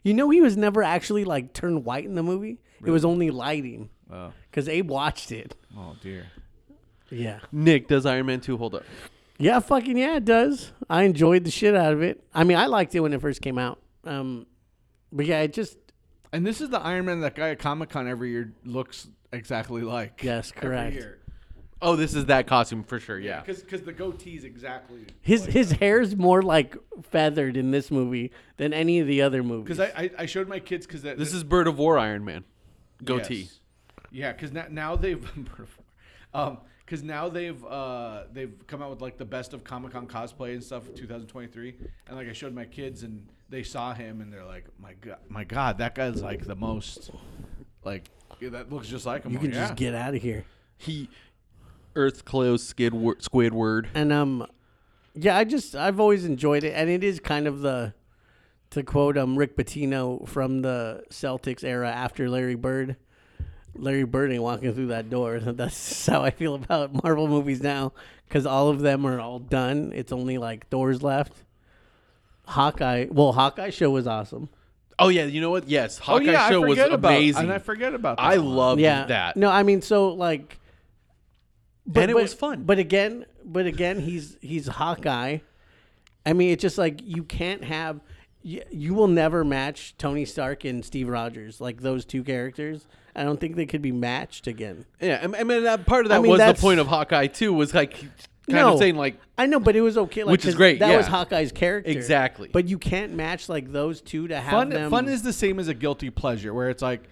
D: You know he was never actually like turned white in the movie. It was only lighting
C: Oh,
D: because Abe watched it.
C: oh dear.
D: Yeah.
B: Nick, does Iron Man two hold up?
D: Yeah, fucking yeah, it does. I enjoyed the shit out of it. I mean, I liked it when it first came out. Um, but yeah, it just
C: And this is the Iron Man that guy at Comic Con every year looks exactly like.
D: Yes, correct.
C: Every year.
B: Oh, this is that costume for sure. Yeah,
C: Because because the goatee's exactly.
D: his his hair's more like feathered in this movie than any of the other movies.
C: Because I, I I showed my kids because that
B: this is Bird of War Iron Man,
C: Yes.
B: goatee.
C: Yeah, because now, now they've (laughs) um because now they've uh they've come out with like the best of Comic Con cosplay and stuff 2023, and like I showed my kids and they saw him and they're like, my god, my god, that guy's like the most, like yeah, that looks just like him.
D: you
C: I'm
D: can
C: like,
D: just
C: Oh, yeah.
D: get out of here.
B: He, Earth closed Skidward, Squidward.
D: And um, yeah, I just I've always enjoyed it, and it is kind of the to quote um Rick Pitino from the Celtics era after Larry Bird. Larry Bird ain't walking through that door. (laughs) That's how I feel about Marvel movies now, because all of them are all done. It's only like doors left. Hawkeye, well, Hawkeye show was awesome.
B: Oh yeah, you know what? Yes,
C: Oh
B: Hawkeye
C: yeah,
B: show
C: I
B: was
C: forget about
B: amazing.
C: and I forget about. That
B: I
C: one.
B: loved
D: Yeah,
B: that.
D: No, I mean, so like, but,
B: and it
D: but-
B: was fun.
D: But again, but again, he's he's Hawkeye. I mean, it's just like you can't have. You, you will never match Tony Stark and Steve Rogers, like those two characters. I don't think they could be matched again.
B: Yeah, I- I mean that part of that
D: I mean,
B: was the
D: that's-
B: point of Hawkeye too. Was like kind
D: No.
B: of saying like
D: I know, but it was okay. Like,
B: Which is
D: 'cause
B: great,
D: That was
B: yeah.
D: Hawkeye's character,
B: Exactly.
D: But you can't match like those two to have
C: fun.
D: them.
C: Fun is the same as a guilty pleasure, where it's like,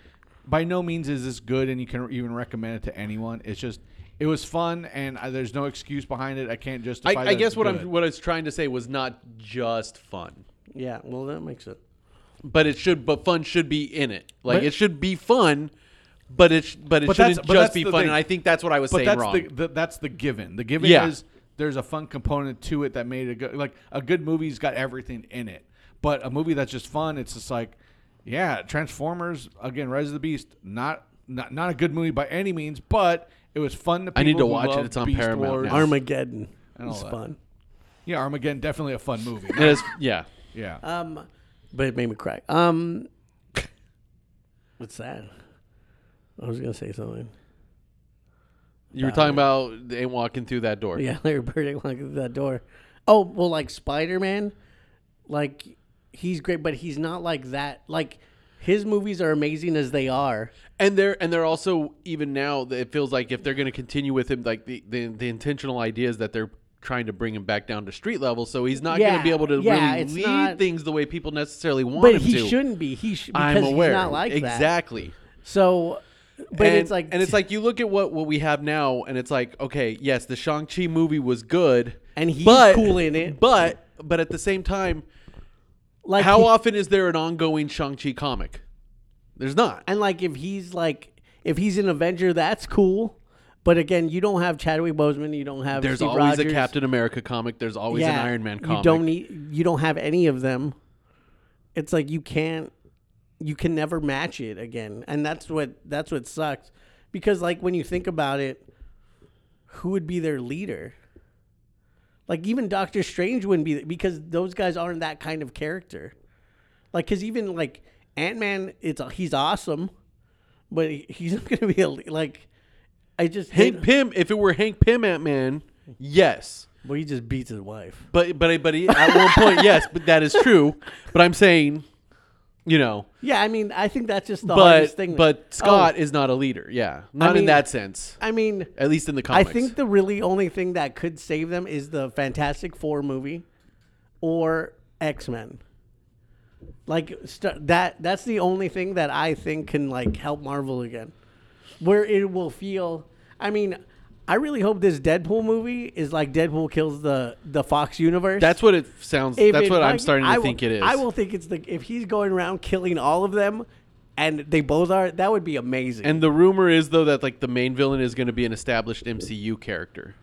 C: by no means is this good, and you can even recommend it to anyone. It's just. It was fun, and I, there's no excuse behind it. I can't justify.
B: I,
C: that
B: I guess
C: it's
B: what
C: good.
B: I'm what I was trying to say was not just fun,
D: yeah. Well, that makes it.
B: but it should but fun should be in it. Like
C: But-
B: it should be fun, but it sh- but it
C: But that's-
B: shouldn't
C: but
B: just
C: that's
B: be
C: the
B: fun.
C: thing.
B: And I think that's what I was
C: But
B: saying
C: that's
B: wrong.
C: the, the that's the given. The given
B: Yeah.
C: is there's a fun component to it that made it good. Like a good movie's got everything in it. But a movie that's just fun, it's just like, yeah, Transformers again, Rise of the Beast, not not not a good movie by any means, but it was fun to people
B: I need to
C: who
B: watch it.
C: love
B: It's on
C: Beast
B: Paramount
C: Wars.
B: now.
D: Armageddon
C: all
D: is
C: that.
D: fun.
C: Yeah, Armageddon, definitely a fun movie.
B: It is- yeah,
C: yeah,
D: Um, but it made me cry. Um, what's that? I was gonna say something.
B: You were talking about they ain't walking through that door.
D: Yeah, (laughs) Larry Bird ain't walking through that door. Oh well, like Spider Man, like he's great, but he's not like that. Like his movies are amazing as they are.
B: And they're and they're also even now it feels like if they're going to continue with him, like the, the the intentional idea is that they're trying to bring him back down to street level, so he's not going to
D: Yeah,
B: be able to
D: yeah,
B: really
D: it's
B: lead
D: not-
B: things the way people necessarily want
D: But
B: him
D: he
B: to.
D: shouldn't be. He should because
B: I'm aware.
D: he's not like that.
B: exactly.
D: So, but
B: and,
D: it's like
B: and it's like you look at what what we have now, and it's like okay, yes, the Shang Chi movie was good,
D: And he's
B: but-
D: cool in it.
B: but but at the same time,
D: like
B: how
D: he-
B: often is there an ongoing Shang Chi comic? There's not.
D: And like if he's like if he's an Avenger, that's cool. But again, you don't have Chadwick Boseman. You don't have
B: There's
D: Steve
B: always
D: Rogers.
B: a Captain America comic. There's always
D: Yeah,
B: an Iron Man comic.
D: You don't need. You don't have any of them. It's like you can't. You can never match it again, and that's what that's what sucks. Because like when you think about it, who would be their leader? Like even Doctor Strange wouldn't be because those guys aren't that kind of character. Like because even like Ant Man, it's he's awesome, but he- he's (laughs) not gonna be a, le- like. I just
B: Hank
D: hate-
B: Pym. If it were Hank Pym Ant Man, yes.
D: Well, he just beats his wife.
B: But but but he, at one point, yes. But that is true. But I'm saying, you know,
D: Yeah, I mean, I think that's just the
B: but
D: hardest thing.
B: but
D: Oh,
B: Scott is not a leader. Yeah, not in
D: mean-
B: that sense.
D: I mean,
B: At least in the
D: I
B: comics.
D: think the really only thing that could save them is the Fantastic Four movie or X Men. Like st- that. That's the only thing that I think can like help Marvel again, where it will feel. I mean, I really hope this Deadpool movie is like Deadpool kills the the Fox universe.
B: That's what it sounds.
D: If
B: that's
D: it
B: what I'm
D: fucking-
B: starting to
D: I will-
B: think it is.
D: I will think it's the if he's going around killing all of them, and they both are. That would be amazing.
B: And the rumor is though that like the main villain is going to be an established MCU character.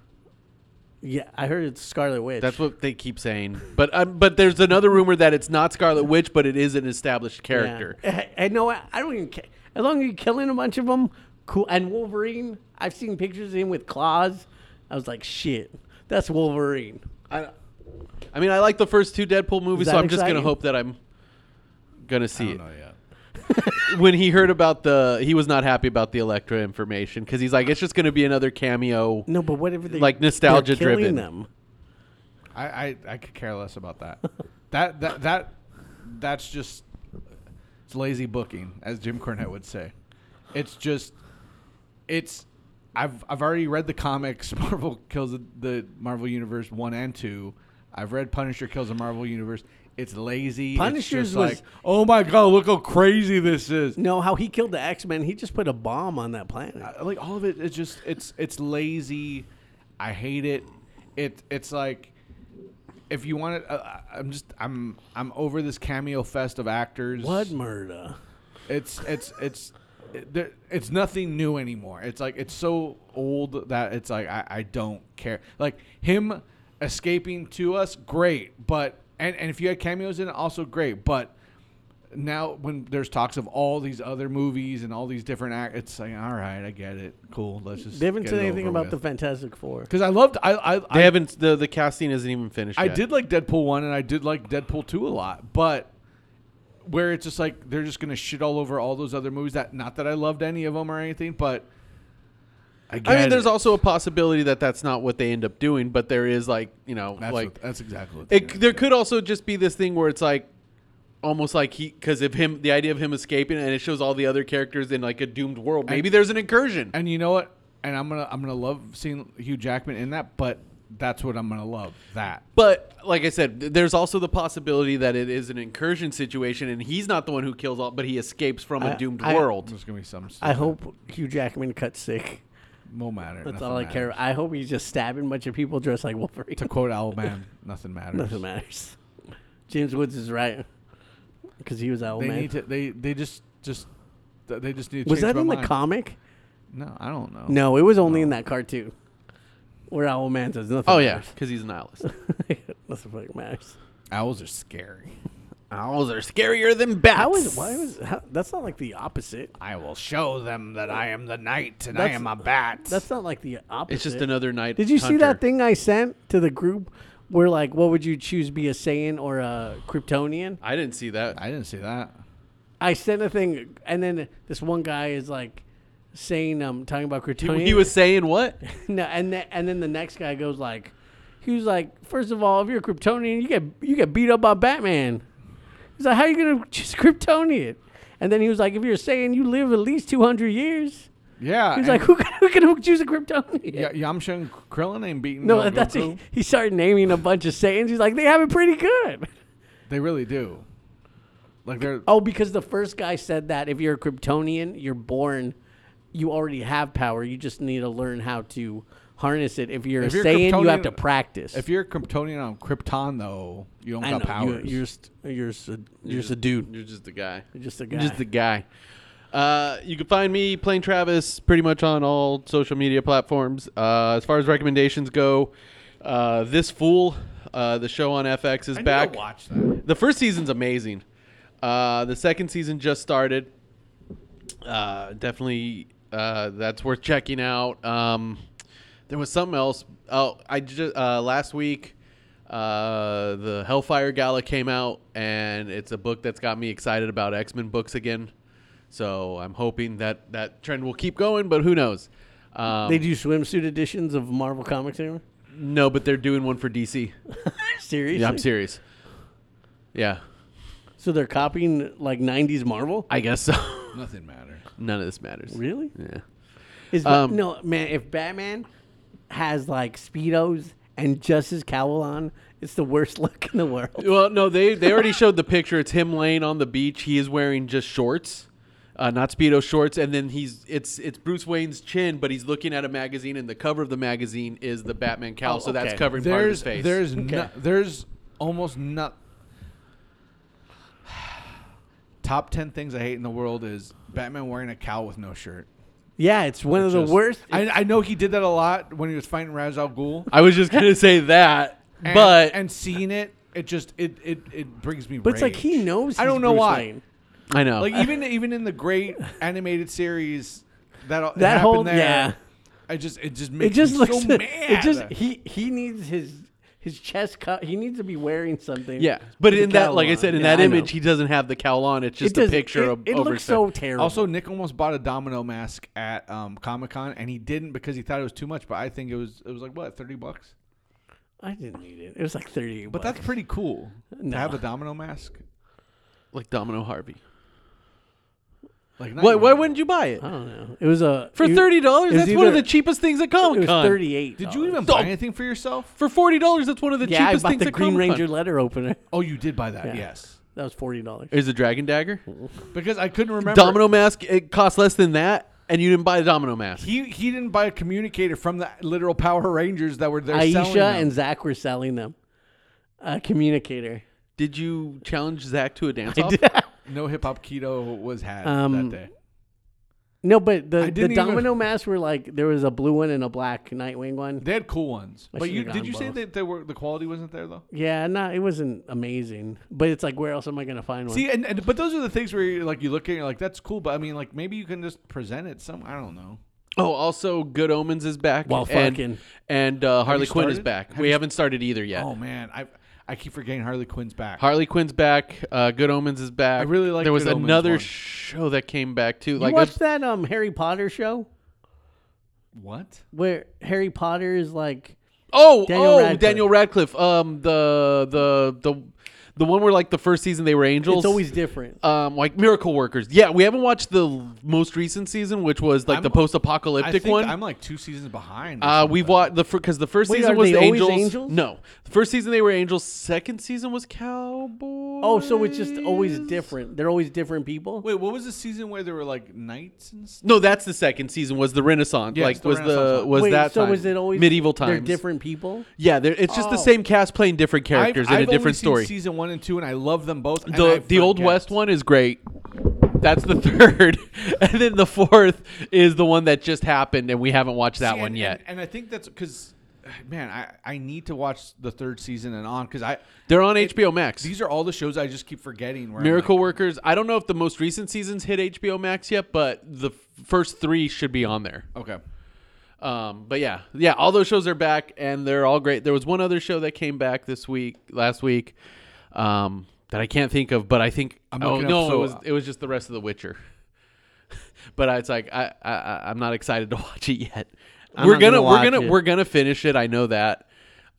D: yeah, I heard it's Scarlet Witch.
B: That's what they keep saying. But um, but there's another rumor that it's not Scarlet Witch, but it is an established
D: (laughs)
B: character.
D: Yeah. And no, I I don't even care. As long as you're killing a bunch of them, cool. And Wolverine, I've seen pictures of him with claws. I was like, shit, that's Wolverine.
B: I, I mean, I like the first two Deadpool movies,
D: Is
B: so
D: that
B: I'm just gonna
D: exciting?
B: hope that I'm gonna see
C: don't
B: it.
C: know yet.
B: When he heard about the, he was not happy about the Elektra information because he's like, it's just gonna be another cameo.
D: No, but whatever they
B: Like nostalgia
D: they're
B: driven.
D: killing them.
C: I, I I could care less about that. (laughs) that that that that's just it's lazy booking, as Jim Cornette would say. It's just it's I've I've already read the comics. (laughs) Marvel kills the, the Marvel Universe one and two. I've read Punisher kills the Marvel Universe. It's lazy. It's
D: Punisher's
C: just
D: was-
C: like, oh my god, look how crazy this is.
D: No, how he killed the X Men? He just put a bomb on that planet.
C: I- like all of it it's just it's it's lazy i hate it it it's like if you want it uh, i'm just i'm i'm over this cameo fest of actors
D: Blood murder.
C: it's it's it's it- there- it's nothing new anymore. It's like it's so old that it's like I, I don't care. Like him escaping to us, great. But and, and if you had cameos in it, also great. But now when there's talks of all these other movies and all these different act, it's like all right, I get it. Cool. Let's just.
D: They haven't said anything about the Fantastic Four.
C: because I loved I I,
B: They
C: I
B: haven't. The the casting isn't even finished.
C: I
B: yet.
C: did like Deadpool one and I did like Deadpool two a lot, but where it's just like they're just gonna shit all over all those other movies. That not that I loved any of them or anything, but
B: I
C: I,
B: mean,
C: get
B: there's
C: it.
B: also a possibility that that's not what they end up doing, but there is like you know,
C: that's
B: like
C: what- that's exactly what
B: it, there could also just be this thing where it's like almost like he because if him the idea of him escaping and it shows all the other characters in like a doomed world maybe there's an incursion
C: and you know what? And I'm gonna I'm gonna love seeing Hugh Jackman in that, but that's what I'm gonna love that.
B: but like i said th- there's also the possibility that it is an incursion situation and he's not the one who kills all but he escapes from a
D: I-
B: doomed
D: I-
B: world
C: There's gonna be some.
D: I hope Hugh Jackman cuts sick.
C: no matter.
D: That's
C: nothing
D: all I care.
C: matters.
D: I hope he's just stabbing a bunch of people dressed like Wolverine. (laughs)
C: To quote Owlman, nothing matters.
D: Nothing matters. James Woods is right because he was Owlman.
C: They need to. They they just just they just need. To
D: was
C: change
D: that
C: my
D: in the
C: mind.
D: comic?
C: No, I don't know.
D: No, it was only in that cartoon where Owlman says nothing.
B: oh yeah
D: matters.
B: because he's a (laughs) nihilist
D: (laughs) nothing fucking matters.
C: owls are scary.
B: owls are scarier than bats
D: How is why was how, that's not like the opposite.
C: I will show them that I am the knight and I
D: That's-
C: am a bat.
D: That's not like the opposite.
B: it's just another night
D: Did you see
B: hunter.
D: that thing I sent to the group we're like, what would you choose be a Saiyan or a Kryptonian?
B: I didn't see that.
C: I didn't see that.
D: I sent a thing, and then this one guy is like saying, um, talking about Kryptonian.
B: He was saying what?
D: (laughs) no, and then and then the next guy goes like, he was like, first of all, if you're a Kryptonian, you get you get beat up by Batman. He's like, how you gonna (laughs) choose Kryptonian? And then he was like, if you're saying you live at least 200 years,
C: Yeah.
D: he's
C: and-
D: like, who can, who can (laughs) choose a Kryptonian?
C: Yeah, Yamcha and Krillin ain't beating.
D: No, (laughs)
C: uh,
D: that's
C: Goku.
D: it. He started naming a bunch of Saiyans. He's like, they have it pretty good.
C: They really do. Like they're
D: Oh, because the first guy said that if you're a Kryptonian, you're born, you already have power. You just need to learn how to harness it. If you're
C: If
D: a
C: you're
D: Saiyan, you have
C: Kryptonian-
D: to practice.
C: if you're a Kryptonian on Krypton though, you don't
D: I
C: got
D: know,
C: powers.
D: You're, you're, just, you're, just a, you're just a dude.
B: You're just a guy.
D: You're just a guy.
B: You're just the guy. Uh, you can find me, Plain Travis, pretty much on all social media platforms. Uh, as far as recommendations go, uh, This Fool, uh, the show on FX, is
C: I need to
B: back.
C: watch that.
B: The first season's amazing. Uh, the second season just started. Uh, definitely, uh, that's worth checking out. Um, there was something else. Oh, I just uh, last week, uh, the Hellfire Gala came out, and it's a book that's got me excited about X Men books again. So I'm hoping that that trend will keep going, but who knows? Um,
D: They do swimsuit editions of Marvel Comics (laughs) anymore?
B: no, but they're doing one for DC.
D: Seriously?
B: Yeah, I'm serious. Yeah,
D: So they're copying like 90s Marvel?
B: I guess so. (laughs)
C: Nothing matters.
B: None of this matters.
D: Really?
B: Yeah.
D: Is
B: Um,
D: no man. If Batman has like speedos and just his cowl on, it's the worst (laughs) look in the world.
B: Well, no, they they already showed the picture. It's him laying on the beach. He is wearing just shorts, uh, not speedo shorts, and then he's it's it's Bruce Wayne's chin, but he's looking at a magazine, and the cover of the magazine is the Batman cowl, so that's
D: Oh, okay.
B: covering part of his
C: There's
B: face.
C: there's no, there's almost not. (sighs) Top ten things I hate in the world is Batman wearing a cowl with no shirt.
D: Yeah, it's one of
C: Just-
D: the worst.
C: I, I know he did that a lot when he was fighting Ra's al Ghul.
B: I was just gonna say that,
C: (laughs) and,
B: but
C: and seeing it, it just it it, it brings me.
D: but it's like he
C: rage.
D: knows.
C: I
D: he's
C: don't know
D: Bruce
C: why.
D: Wayne.
B: I know.
D: (laughs)
C: Like even even in the great animated series that all-
D: That
C: happened
D: whole-
C: there,
D: yeah.
C: I just it just
D: It
C: makes
D: just
C: me
D: looks.
C: so
D: (laughs)
C: mad.
D: It just he he needs his his chest cut. He needs to be wearing
B: (laughs)
D: something.
B: yeah, but
D: with a
B: in that, like I
D: cowl
B: said,
D: on.
B: in
D: Yeah,
B: that
D: I know.
B: image, he doesn't have the cowl on. It's just a
D: does-
B: picture
D: It,
B: of.
D: it
B: over
D: looks
B: stuff.
D: so terrible.
C: also, Nick almost bought a domino mask at um, Comic Con, and he didn't because he thought it was too much. But I think it was it was like what thirty bucks.
D: I didn't need it. It was like thirty.
C: But that's pretty cool
D: No.
C: to have a domino mask.
B: like Domino Harvey.
C: Like not
B: Why,
C: even-
B: why wouldn't you buy it
D: I don't know. It was a
B: (laughs) for
D: it-
B: thirty dollars?
D: it was
B: That's one of
D: either-
B: the cheapest things at
D: It
B: Comic
D: was
B: Con.
D: thirty-eight.
C: Did you even
B: Oh.
C: buy anything for yourself?
B: for forty dollars. That's one of the
D: Yeah, I
B: cheapest
D: bought
B: things
D: the
B: at
D: Green
B: Comic Con.
D: Ranger letter opener. (laughs)
C: Oh, you did buy that.
D: Yeah.
C: Yes,
D: That was forty dollars.
B: Is the Dragon Dagger?
C: because I couldn't remember.
B: Domino Mask, it costs less than that, and you didn't buy the Domino Mask.
C: He he didn't buy a communicator from the literal Power Rangers that were there. selling
D: Aisha
C: them.
D: and Zach were selling them. A communicator. (laughs)
B: Did you challenge Zach to a dance off?
C: no hip hop keto was had
D: Um,
C: that day.
D: No, but
C: I
D: the, the
C: didn't even-
D: domino masks were like there was a blue one and a black Nightwing one.
C: They had cool ones,
D: I
C: but
D: should've
C: you did
D: gotten
C: you say
D: both.
C: that they were the quality wasn't there though?
D: Yeah, not it wasn't amazing, but it's like where else am I gonna find one?
C: See, and, and but those are the things where you're like you look at it, you're like that's cool, but I mean like maybe you can just present it some. I don't know.
B: oh, also, Good Omens is back.
D: Well,
B: and,
D: fucking.
B: And uh, Harley
C: you
B: Quinn is
C: started?
B: back.
C: Have
B: we
C: you-
B: haven't started either yet.
C: Oh man, I I keep forgetting Harley Quinn's back.
B: Harley Quinn's back. Uh, Good Omens is back.
C: I really like
B: There was
C: Good Omens
B: another
C: one.
B: show that came back too.
D: you
B: like
D: watched
B: it's-
D: that um Harry Potter show
C: what?
D: where Harry Potter is like
B: oh,
D: Daniel
B: oh,
D: Radcliffe.
B: Daniel Radcliffe. Um, the the the the one where like the first season they were angels.
D: it's always different.
B: um, like miracle workers. Yeah, we haven't watched the l- most recent season, which was like
C: I'm-
B: the
C: I
B: post-apocalyptic
C: think
B: one.
C: I'm like two seasons behind. or
B: Uh,
C: something.
B: we've watched the because the first
D: Wait,
B: season
D: are
B: was
D: they
B: the
D: always
B: angels.
D: Angels?
B: No, the first season they were angels. Second season was cowboys.
D: oh, so it's just always different. They're always different people.
C: Wait, what was the season where there were like knights and stuff?
B: No, that's the second season was the Renaissance.
C: Yeah,
B: like
C: it's the
B: was
C: Renaissance
B: the
C: one.
B: was
D: Wait,
B: that
D: so
B: time.
D: was it always
B: medieval times?
D: They're different people.
B: Yeah, they're, it's just the
D: Oh.
B: same cast playing different characters
C: I've,
B: in
C: I've
B: a
C: only
B: different
C: seen
B: story.
C: Season one and two, and I love them both. and I
B: the the old
C: forget.
B: west one is great. That's the (laughs) third, and then the fourth is the one that just happened, and we haven't watched that
C: See,
B: one
C: and-
B: yet.
C: And, and I think that's because, man, I, I need to watch the third season and on because I
B: they're on HBO Max.
C: these are all the shows I just keep forgetting. Where I'm
B: Miracle
C: like,
B: Workers. I don't know if the most recent seasons hit HBO Max yet, but the f- first three should be on there.
C: okay,
B: Um, but yeah, yeah, all those shows are back and they're all great. There was one other show that came back this week, last week, um, that I can't think of, but I think
C: I'm
B: oh
C: looking up,
B: no,
C: so-
B: it was it was just the rest of The Witcher. (laughs) but I, it's like I, I I- I'm not excited to (laughs) watch it yet.
D: I'm
B: we're
D: not gonna
B: gonna, we're
D: watch
B: gonna
D: it.
B: we're gonna finish it. I know that,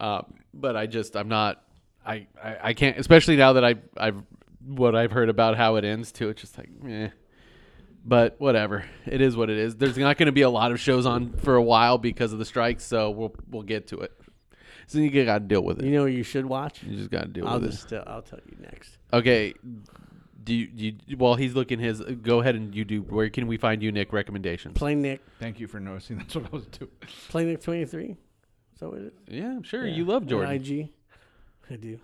B: uh, but I just I'm not I, I I can't especially now that I I've what I've heard about how it ends too. It's just like meh but whatever. It is what it is. There's not going to be a lot of shows on for a while because of the strikes, so we'll we'll get to it. So you got to deal with
D: You
B: it.
D: know what you should watch?
B: You just got to deal
D: I'll
B: with
D: just tell, I'll tell you next.
B: it. Okay. Do you, do you while he's looking his go ahead and you do where can we find you Nick recommendations?
D: Play Nick.
C: Thank you for noticing. (laughs) That's what I was doing.
D: Play Nick twenty three. So is it?
B: yeah, I'm sure you love Jordan.
D: On IG. I do.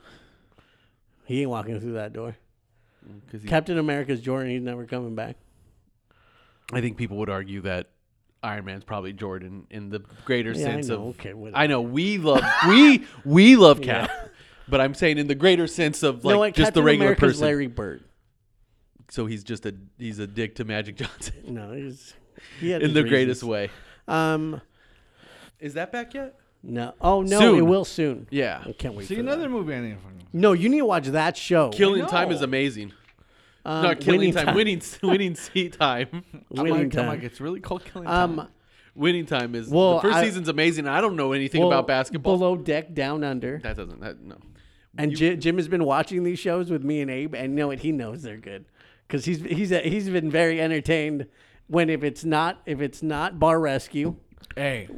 D: He ain't walking through that door.
B: 'cause he-
D: Captain America's Jordan. He's never coming back.
B: I think people would argue that Iron Man's probably Jordan in the greater
D: Yeah, I
B: sense
D: know.
B: of
D: Okay, whatever.
B: I know we love we we love
D: (laughs)
B: Cap. But I'm saying in the greater sense of like
D: no, like
B: just
D: Captain
B: the regular
D: America's
B: person.
D: Larry Bird.
B: so he's just a he's a dick to Magic (laughs) Johnson
D: No, he's he had
B: in
D: his
B: the
D: reasons.
B: greatest way.
D: Um,
B: Is that back yet?
D: no. Oh no,
B: Soon.
D: it will soon.
B: Yeah.
D: I can't wait.
C: See
D: for
C: another
D: That.
C: movie I need to fucking.
D: No, you need to watch that show.
B: Killing
C: I
B: time
C: know.
B: is amazing.
D: um,
B: Not killing
D: Winning
B: time, winning (laughs) winning sea time.
C: I'm
D: Winning
C: like, I'm
D: time.
C: like, it's really cold killing time.
D: um,
B: Winning time is
D: Well,
B: the first
D: I-
B: season's amazing. I don't know anything
D: well,
B: about basketball.
D: Below deck, down under.
B: that doesn't that no.
D: And Ji- Jim has been watching these shows with me and Abe, and you know what? He knows they're good because he's he's he's been very entertained. When if it's not if it's not Bar Rescue, (laughs)
C: hey,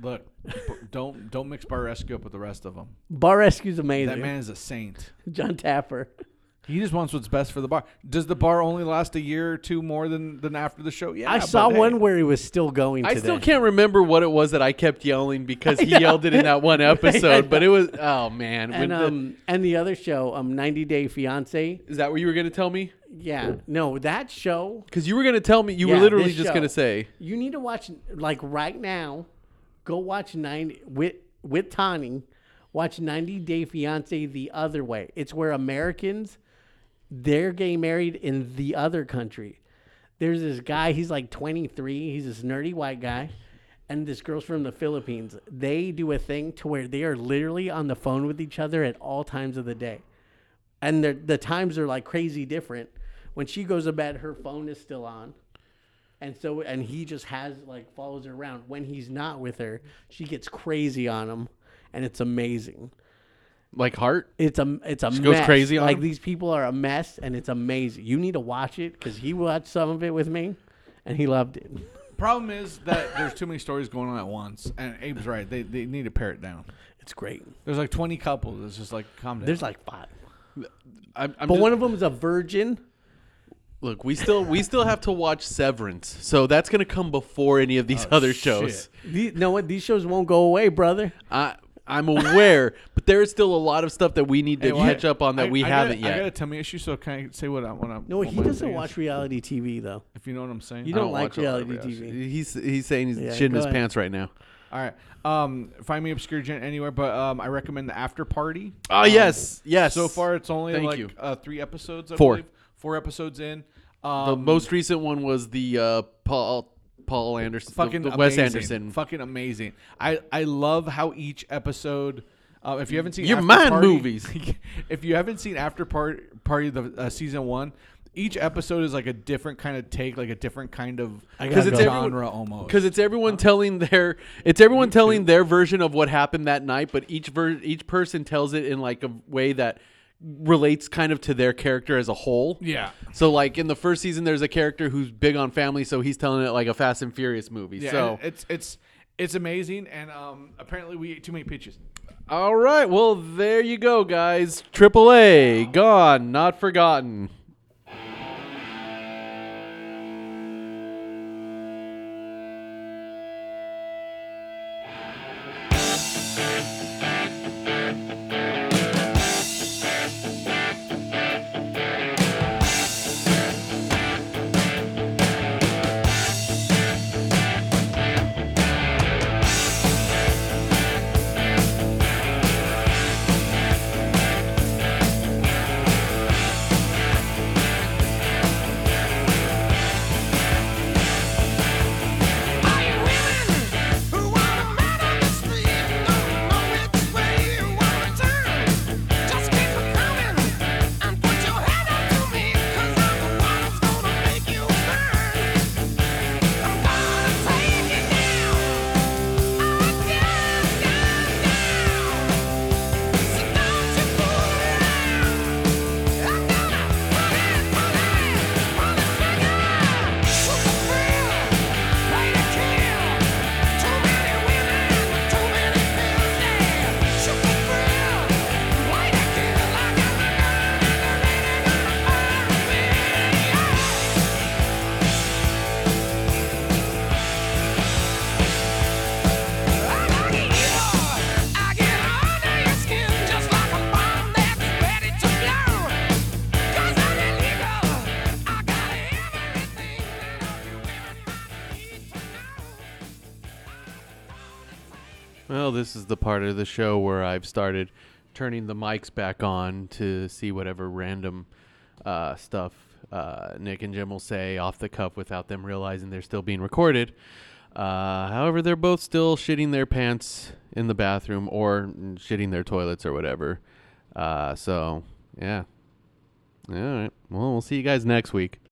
C: look, b- don't don't mix Bar Rescue up with the rest of them.
D: Bar Rescue's
C: That
D: amazing.
C: man is a saint.
D: (laughs) John Tapper.
C: He just wants what's best for the bar. Does the bar only last a year or two more than than after the show? Yeah,
D: I saw
C: but hey.
D: one where he was still going.
B: I
D: Today.
B: still can't remember what it was that I kept yelling because
D: (laughs)
B: he yelled it in that one episode, but it was oh man. when
D: And
B: the-
D: um and the other show, um, 90 Day Fiance.
B: is that what you were going to tell me?
D: Yeah, no, that show.
B: Cuz you were going to tell me you
D: Yeah,
B: were literally
D: this
B: just
D: show.
B: going to say
D: You need to watch like right now. Go watch nine with with Tawny. Watch 90 Day Fiance the other way. It's where Americans they're getting married in the other country. There's this guy, he's like 23, he's this nerdy white guy, and this girl's from the Philippines. They do a thing to where they are literally on the phone with each other at all times of the day. And they're- the times are like crazy different. When she goes to bed, her phone is still on. And so, and he just has like follows her around. When he's not with her, she gets crazy on him, and it's amazing.
B: like heart.
D: It's a it's a
B: goes
D: mess.
B: crazy on
D: like
B: him?
D: these people are a mess, and it's amazing. You need to watch it because he watched some of it with me, and he loved it.
C: Problem is that there's too many stories going on at once, and Abe's right. They they need to pare it down.
D: It's great.
C: There's like 20 couples. It's just like calm down.
D: There's like five,
B: I'm, I'm
D: but
B: just-
D: one of them is a virgin.
B: Look, we still we still have to watch Severance, so that's gonna come before any of these
C: Oh,
B: other shows.
D: The, know what? These shows won't go away, brother.
B: I I'm aware, but there is still a lot of stuff that we need to
C: Hey,
B: catch
C: what?
B: up on that
C: I-
B: we
C: I
B: haven't
C: got, I got a
B: yet.
C: tummy issue, so can I say what I want to?
D: No,
B: Oh
D: he doesn't watch reality TV though.
C: If you know what I'm saying.
D: You don't, like
B: watch a lot of
D: reality TV.
B: He's he's saying he's
D: Yeah,
B: shitting
D: go
B: his
D: ahead.
B: pants right now.
C: All right. Um, find me obscure gent anywhere, but um, I recommend the after party.
B: Oh yes, yes.
C: So far, it's only
B: Thank
C: like
B: you.
C: Uh, three episodes. I
B: Four.
C: Believe. Four episodes in.
B: the
C: Um,
B: Uh, most recent one was the uh, Paul Paul Anderson,
C: fucking
B: the, the Wes
C: amazing.
B: Anderson.
C: Fucking amazing. I I love how each episode. Uh, if you haven't seen
B: Your
C: After
B: mind
C: Party-
B: movies.
C: (laughs) if you haven't seen After Part Party the uh, season one, each episode is like a different kind of take, like a different kind of
B: Because it's
C: genre
B: everyone-
C: (laughs) almost.
B: Because it's everyone telling their it's everyone telling their version of what happened that night, but each ver- each person tells it in like a way that relates kind of to their character as a whole.
C: Yeah.
B: So like in the first season, there's a character who's big on family, so he's telling it like a Fast and Furious movie.
C: yeah,
B: so
C: and it's it's it's amazing, and um, apparently we ate too many peaches.
B: all right, well there you go, guys. Triple A gone, not forgotten. Well, this is the part of the show where I've started turning the mics back on to see whatever random uh, stuff uh, Nick and Jim will say off the cuff without them realizing they're still being recorded. Uh, however, they're both still shitting their pants in the bathroom or shitting their toilets or whatever. Uh, so, yeah. All right. Well, we'll see you guys next week.